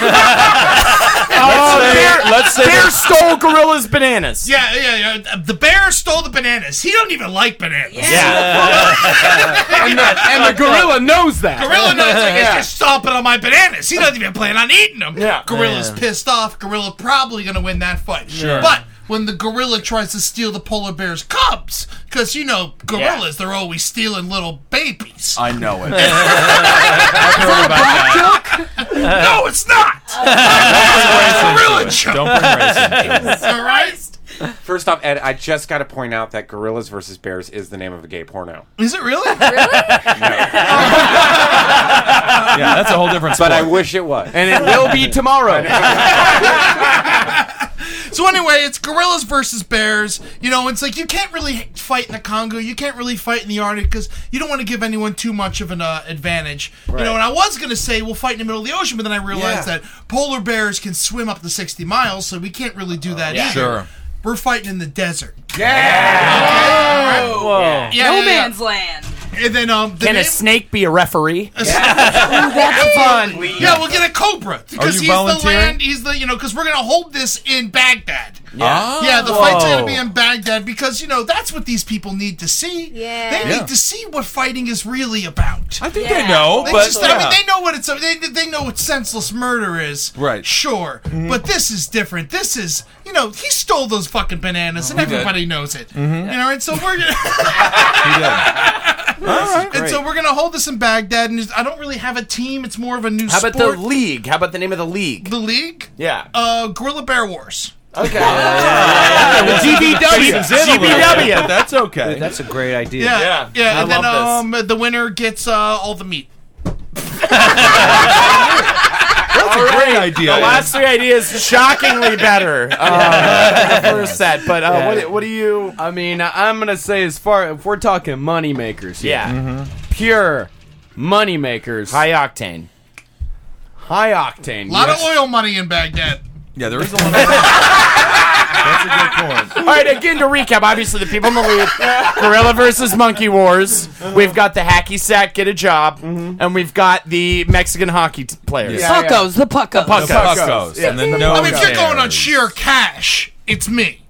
Speaker 14: bear,
Speaker 8: let's say
Speaker 14: bear
Speaker 8: that-
Speaker 14: stole gorilla's bananas.
Speaker 8: Yeah, yeah, yeah. The bear stole the bananas. He don't even like bananas.
Speaker 1: and, the, and the gorilla knows that.
Speaker 8: Gorilla knows like, it's just stomping on my bananas. He doesn't even plan on eating them.
Speaker 1: Yeah.
Speaker 8: Gorilla's
Speaker 1: Yeah.
Speaker 8: pissed off. Gorilla probably going to win that fight.
Speaker 1: Sure.
Speaker 8: But when the gorilla tries to steal the polar bear's cubs, because, you know, gorillas, they're always stealing little babies.
Speaker 7: I know it.
Speaker 8: no, it's not. gorilla joke. All right.
Speaker 11: First off, Ed, I just got to point out that Gorillas versus Bears is the name of a gay porno.
Speaker 8: Is it really?
Speaker 7: yeah, that's a whole different
Speaker 11: But I wish it was.
Speaker 1: And it will be tomorrow.
Speaker 8: So anyway, it's gorillas versus bears. You know, it's like you can't really fight in the Congo. You can't really fight in the Arctic because you don't want to give anyone too much of an uh, advantage. You
Speaker 13: Right.
Speaker 8: know, and I was gonna say we'll fight in the middle of the ocean, but then I realized
Speaker 13: Yeah.
Speaker 8: that polar bears can swim up to sixty miles, so we can't really do that
Speaker 13: yeah.
Speaker 8: either.
Speaker 13: Sure.
Speaker 8: We're fighting in the desert.
Speaker 14: Yeah.
Speaker 8: Okay?
Speaker 14: Whoa.
Speaker 8: Yeah,
Speaker 14: No
Speaker 12: man's land.
Speaker 8: And then um, the
Speaker 14: Can a
Speaker 8: name-
Speaker 14: snake be a referee?
Speaker 8: that's
Speaker 14: fun.
Speaker 8: Yeah, we'll get a cobra
Speaker 14: Are you
Speaker 8: because he's the
Speaker 14: volunteering?
Speaker 8: land. He's the you know because we're gonna hold this in Baghdad.
Speaker 13: Yeah.
Speaker 8: yeah. The
Speaker 13: Oh.
Speaker 8: fight's gonna be in Baghdad because you know that's what these people need to see. Yeah, they
Speaker 7: Yeah.
Speaker 8: need to see what fighting is really about. I
Speaker 7: think they Yeah. know, but-
Speaker 8: just, I
Speaker 7: Yeah.
Speaker 8: mean, they know what it's. They, they know what senseless murder is.
Speaker 7: Right. Mm-hmm.
Speaker 8: Sure, but this is different. This is you know he stole those fucking bananas and
Speaker 7: he did.
Speaker 8: everybody knows it.
Speaker 7: Mhm.
Speaker 8: You know, and so we're gonna. And so we're gonna hold this in Baghdad, and I don't really have a team. It's more of a new.
Speaker 14: How about
Speaker 8: sport.
Speaker 14: the league? How about the name of the league?
Speaker 8: The league?
Speaker 14: Yeah.
Speaker 8: Uh, Gorilla Bear Wars.
Speaker 14: Okay.
Speaker 7: That's okay.
Speaker 5: That's a great idea.
Speaker 8: Yeah, yeah,
Speaker 5: I
Speaker 8: and then
Speaker 5: love this.
Speaker 8: um, the winner gets uh, all the meat.
Speaker 9: That's
Speaker 8: a great
Speaker 7: idea.
Speaker 9: The last three ideas shockingly better. Uh, the first set, but uh, what, do- what do you?
Speaker 1: I mean, I- I'm gonna say as far if we're talking money makers, here,
Speaker 9: Yeah.
Speaker 1: pure money makers,
Speaker 9: high octane,
Speaker 1: high octane.
Speaker 8: A lot
Speaker 1: yes.
Speaker 8: of oil money in Baghdad.
Speaker 7: Yeah, there is a
Speaker 9: All right, again to recap. Obviously, the people in the lead: Gorilla versus Monkey Wars. We've got the hacky sack, get a job, and we've got the Mexican hockey t- players.
Speaker 14: Yeah, yeah. Puckos,
Speaker 9: the puckos, the puckos,
Speaker 14: The puckos,
Speaker 9: Yeah.
Speaker 14: and then no
Speaker 8: I mean, if you're going on
Speaker 14: chairs.
Speaker 8: sheer cash, it's me.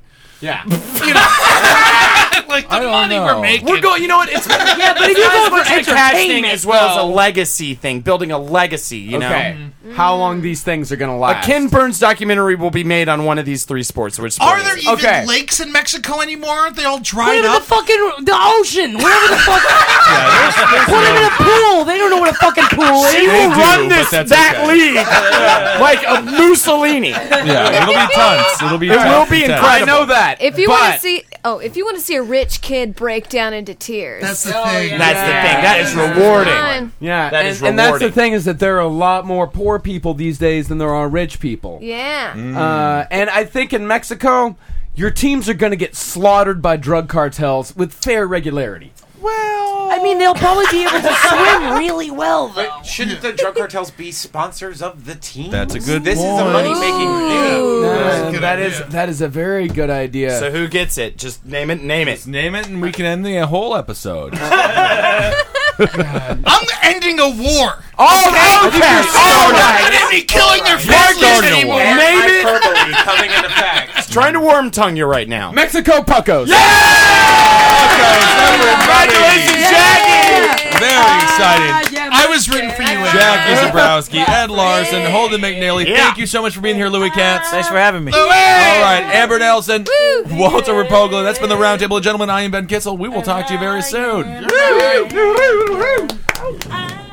Speaker 1: Yeah.
Speaker 8: you know, like the money we're making.
Speaker 9: We're going. You know what? It's yeah,
Speaker 8: but if
Speaker 9: it's
Speaker 8: you
Speaker 9: not
Speaker 8: go
Speaker 9: as much
Speaker 8: for
Speaker 9: of a cash thing
Speaker 8: entertainment,
Speaker 9: as well as a
Speaker 8: though.
Speaker 9: legacy thing, building a legacy. You
Speaker 1: okay,
Speaker 9: know.
Speaker 7: Mm-hmm.
Speaker 1: how long these things are gonna
Speaker 9: A
Speaker 1: last?
Speaker 9: Ken Burns documentary will be made on one of these three sports. Which
Speaker 8: Are
Speaker 9: sport
Speaker 8: there
Speaker 9: is
Speaker 8: even
Speaker 9: it? okay?
Speaker 8: lakes in Mexico anymore? Aren't they all dried
Speaker 12: Whatever
Speaker 8: up?
Speaker 12: the fucking the ocean, whatever the fuck. Put him in a pool. They don't know what a fucking pool is.
Speaker 9: She will run this that league like a Mussolini.
Speaker 7: Yeah, it'll be tons. It'll be
Speaker 9: It
Speaker 7: tons.
Speaker 9: will be incredible.
Speaker 7: I know that.
Speaker 10: If you want
Speaker 9: Eh, But-
Speaker 10: to see, oh, if you want to see a rich kid break down into tears, that's the thing.
Speaker 9: That's the thing. That is rewarding.
Speaker 1: Yeah,
Speaker 9: That
Speaker 1: and,
Speaker 9: is
Speaker 1: and that's the
Speaker 9: rewarding.
Speaker 1: thing is that there are a lot more poor people these days than there are rich people.
Speaker 10: Yeah.
Speaker 1: Uh, and I think in Mexico, your teams are going to get slaughtered by drug cartels with fair regularity.
Speaker 12: I mean, they'll probably be able to swim really well, though.
Speaker 11: Shouldn't the drug cartels be sponsors of the team?
Speaker 7: That's a good
Speaker 11: This is a
Speaker 7: point.
Speaker 11: money making thing.
Speaker 1: Uh, that is that is a very good idea.
Speaker 9: So who gets it? Just name it. Name it.
Speaker 7: Name it, and we can end the whole episode.
Speaker 8: I'm ending a war.
Speaker 9: Oh,
Speaker 8: okay.
Speaker 7: okay.
Speaker 8: All
Speaker 9: right.
Speaker 8: I didn't need killing their
Speaker 9: Mark
Speaker 8: families
Speaker 9: Gardner
Speaker 8: anymore.
Speaker 9: war. Name it.
Speaker 11: coming into fact.
Speaker 9: It's trying to warm tongue you right now.
Speaker 1: Mexico puckos.
Speaker 9: Congratulations, Jackie.
Speaker 7: Very excited.
Speaker 8: I was rooting for you.
Speaker 7: Jackie Zabrowski, Ed Larson, Holden McNally.
Speaker 8: Yeah.
Speaker 7: Thank you so much for being here, Louis Katz. Thanks
Speaker 5: for having me.
Speaker 7: All right, Amber Nelson, Walter Rapogla. That's been the roundtable, gentlemen. I am Ben Kissel. We will talk to you very soon.
Speaker 13: Woo!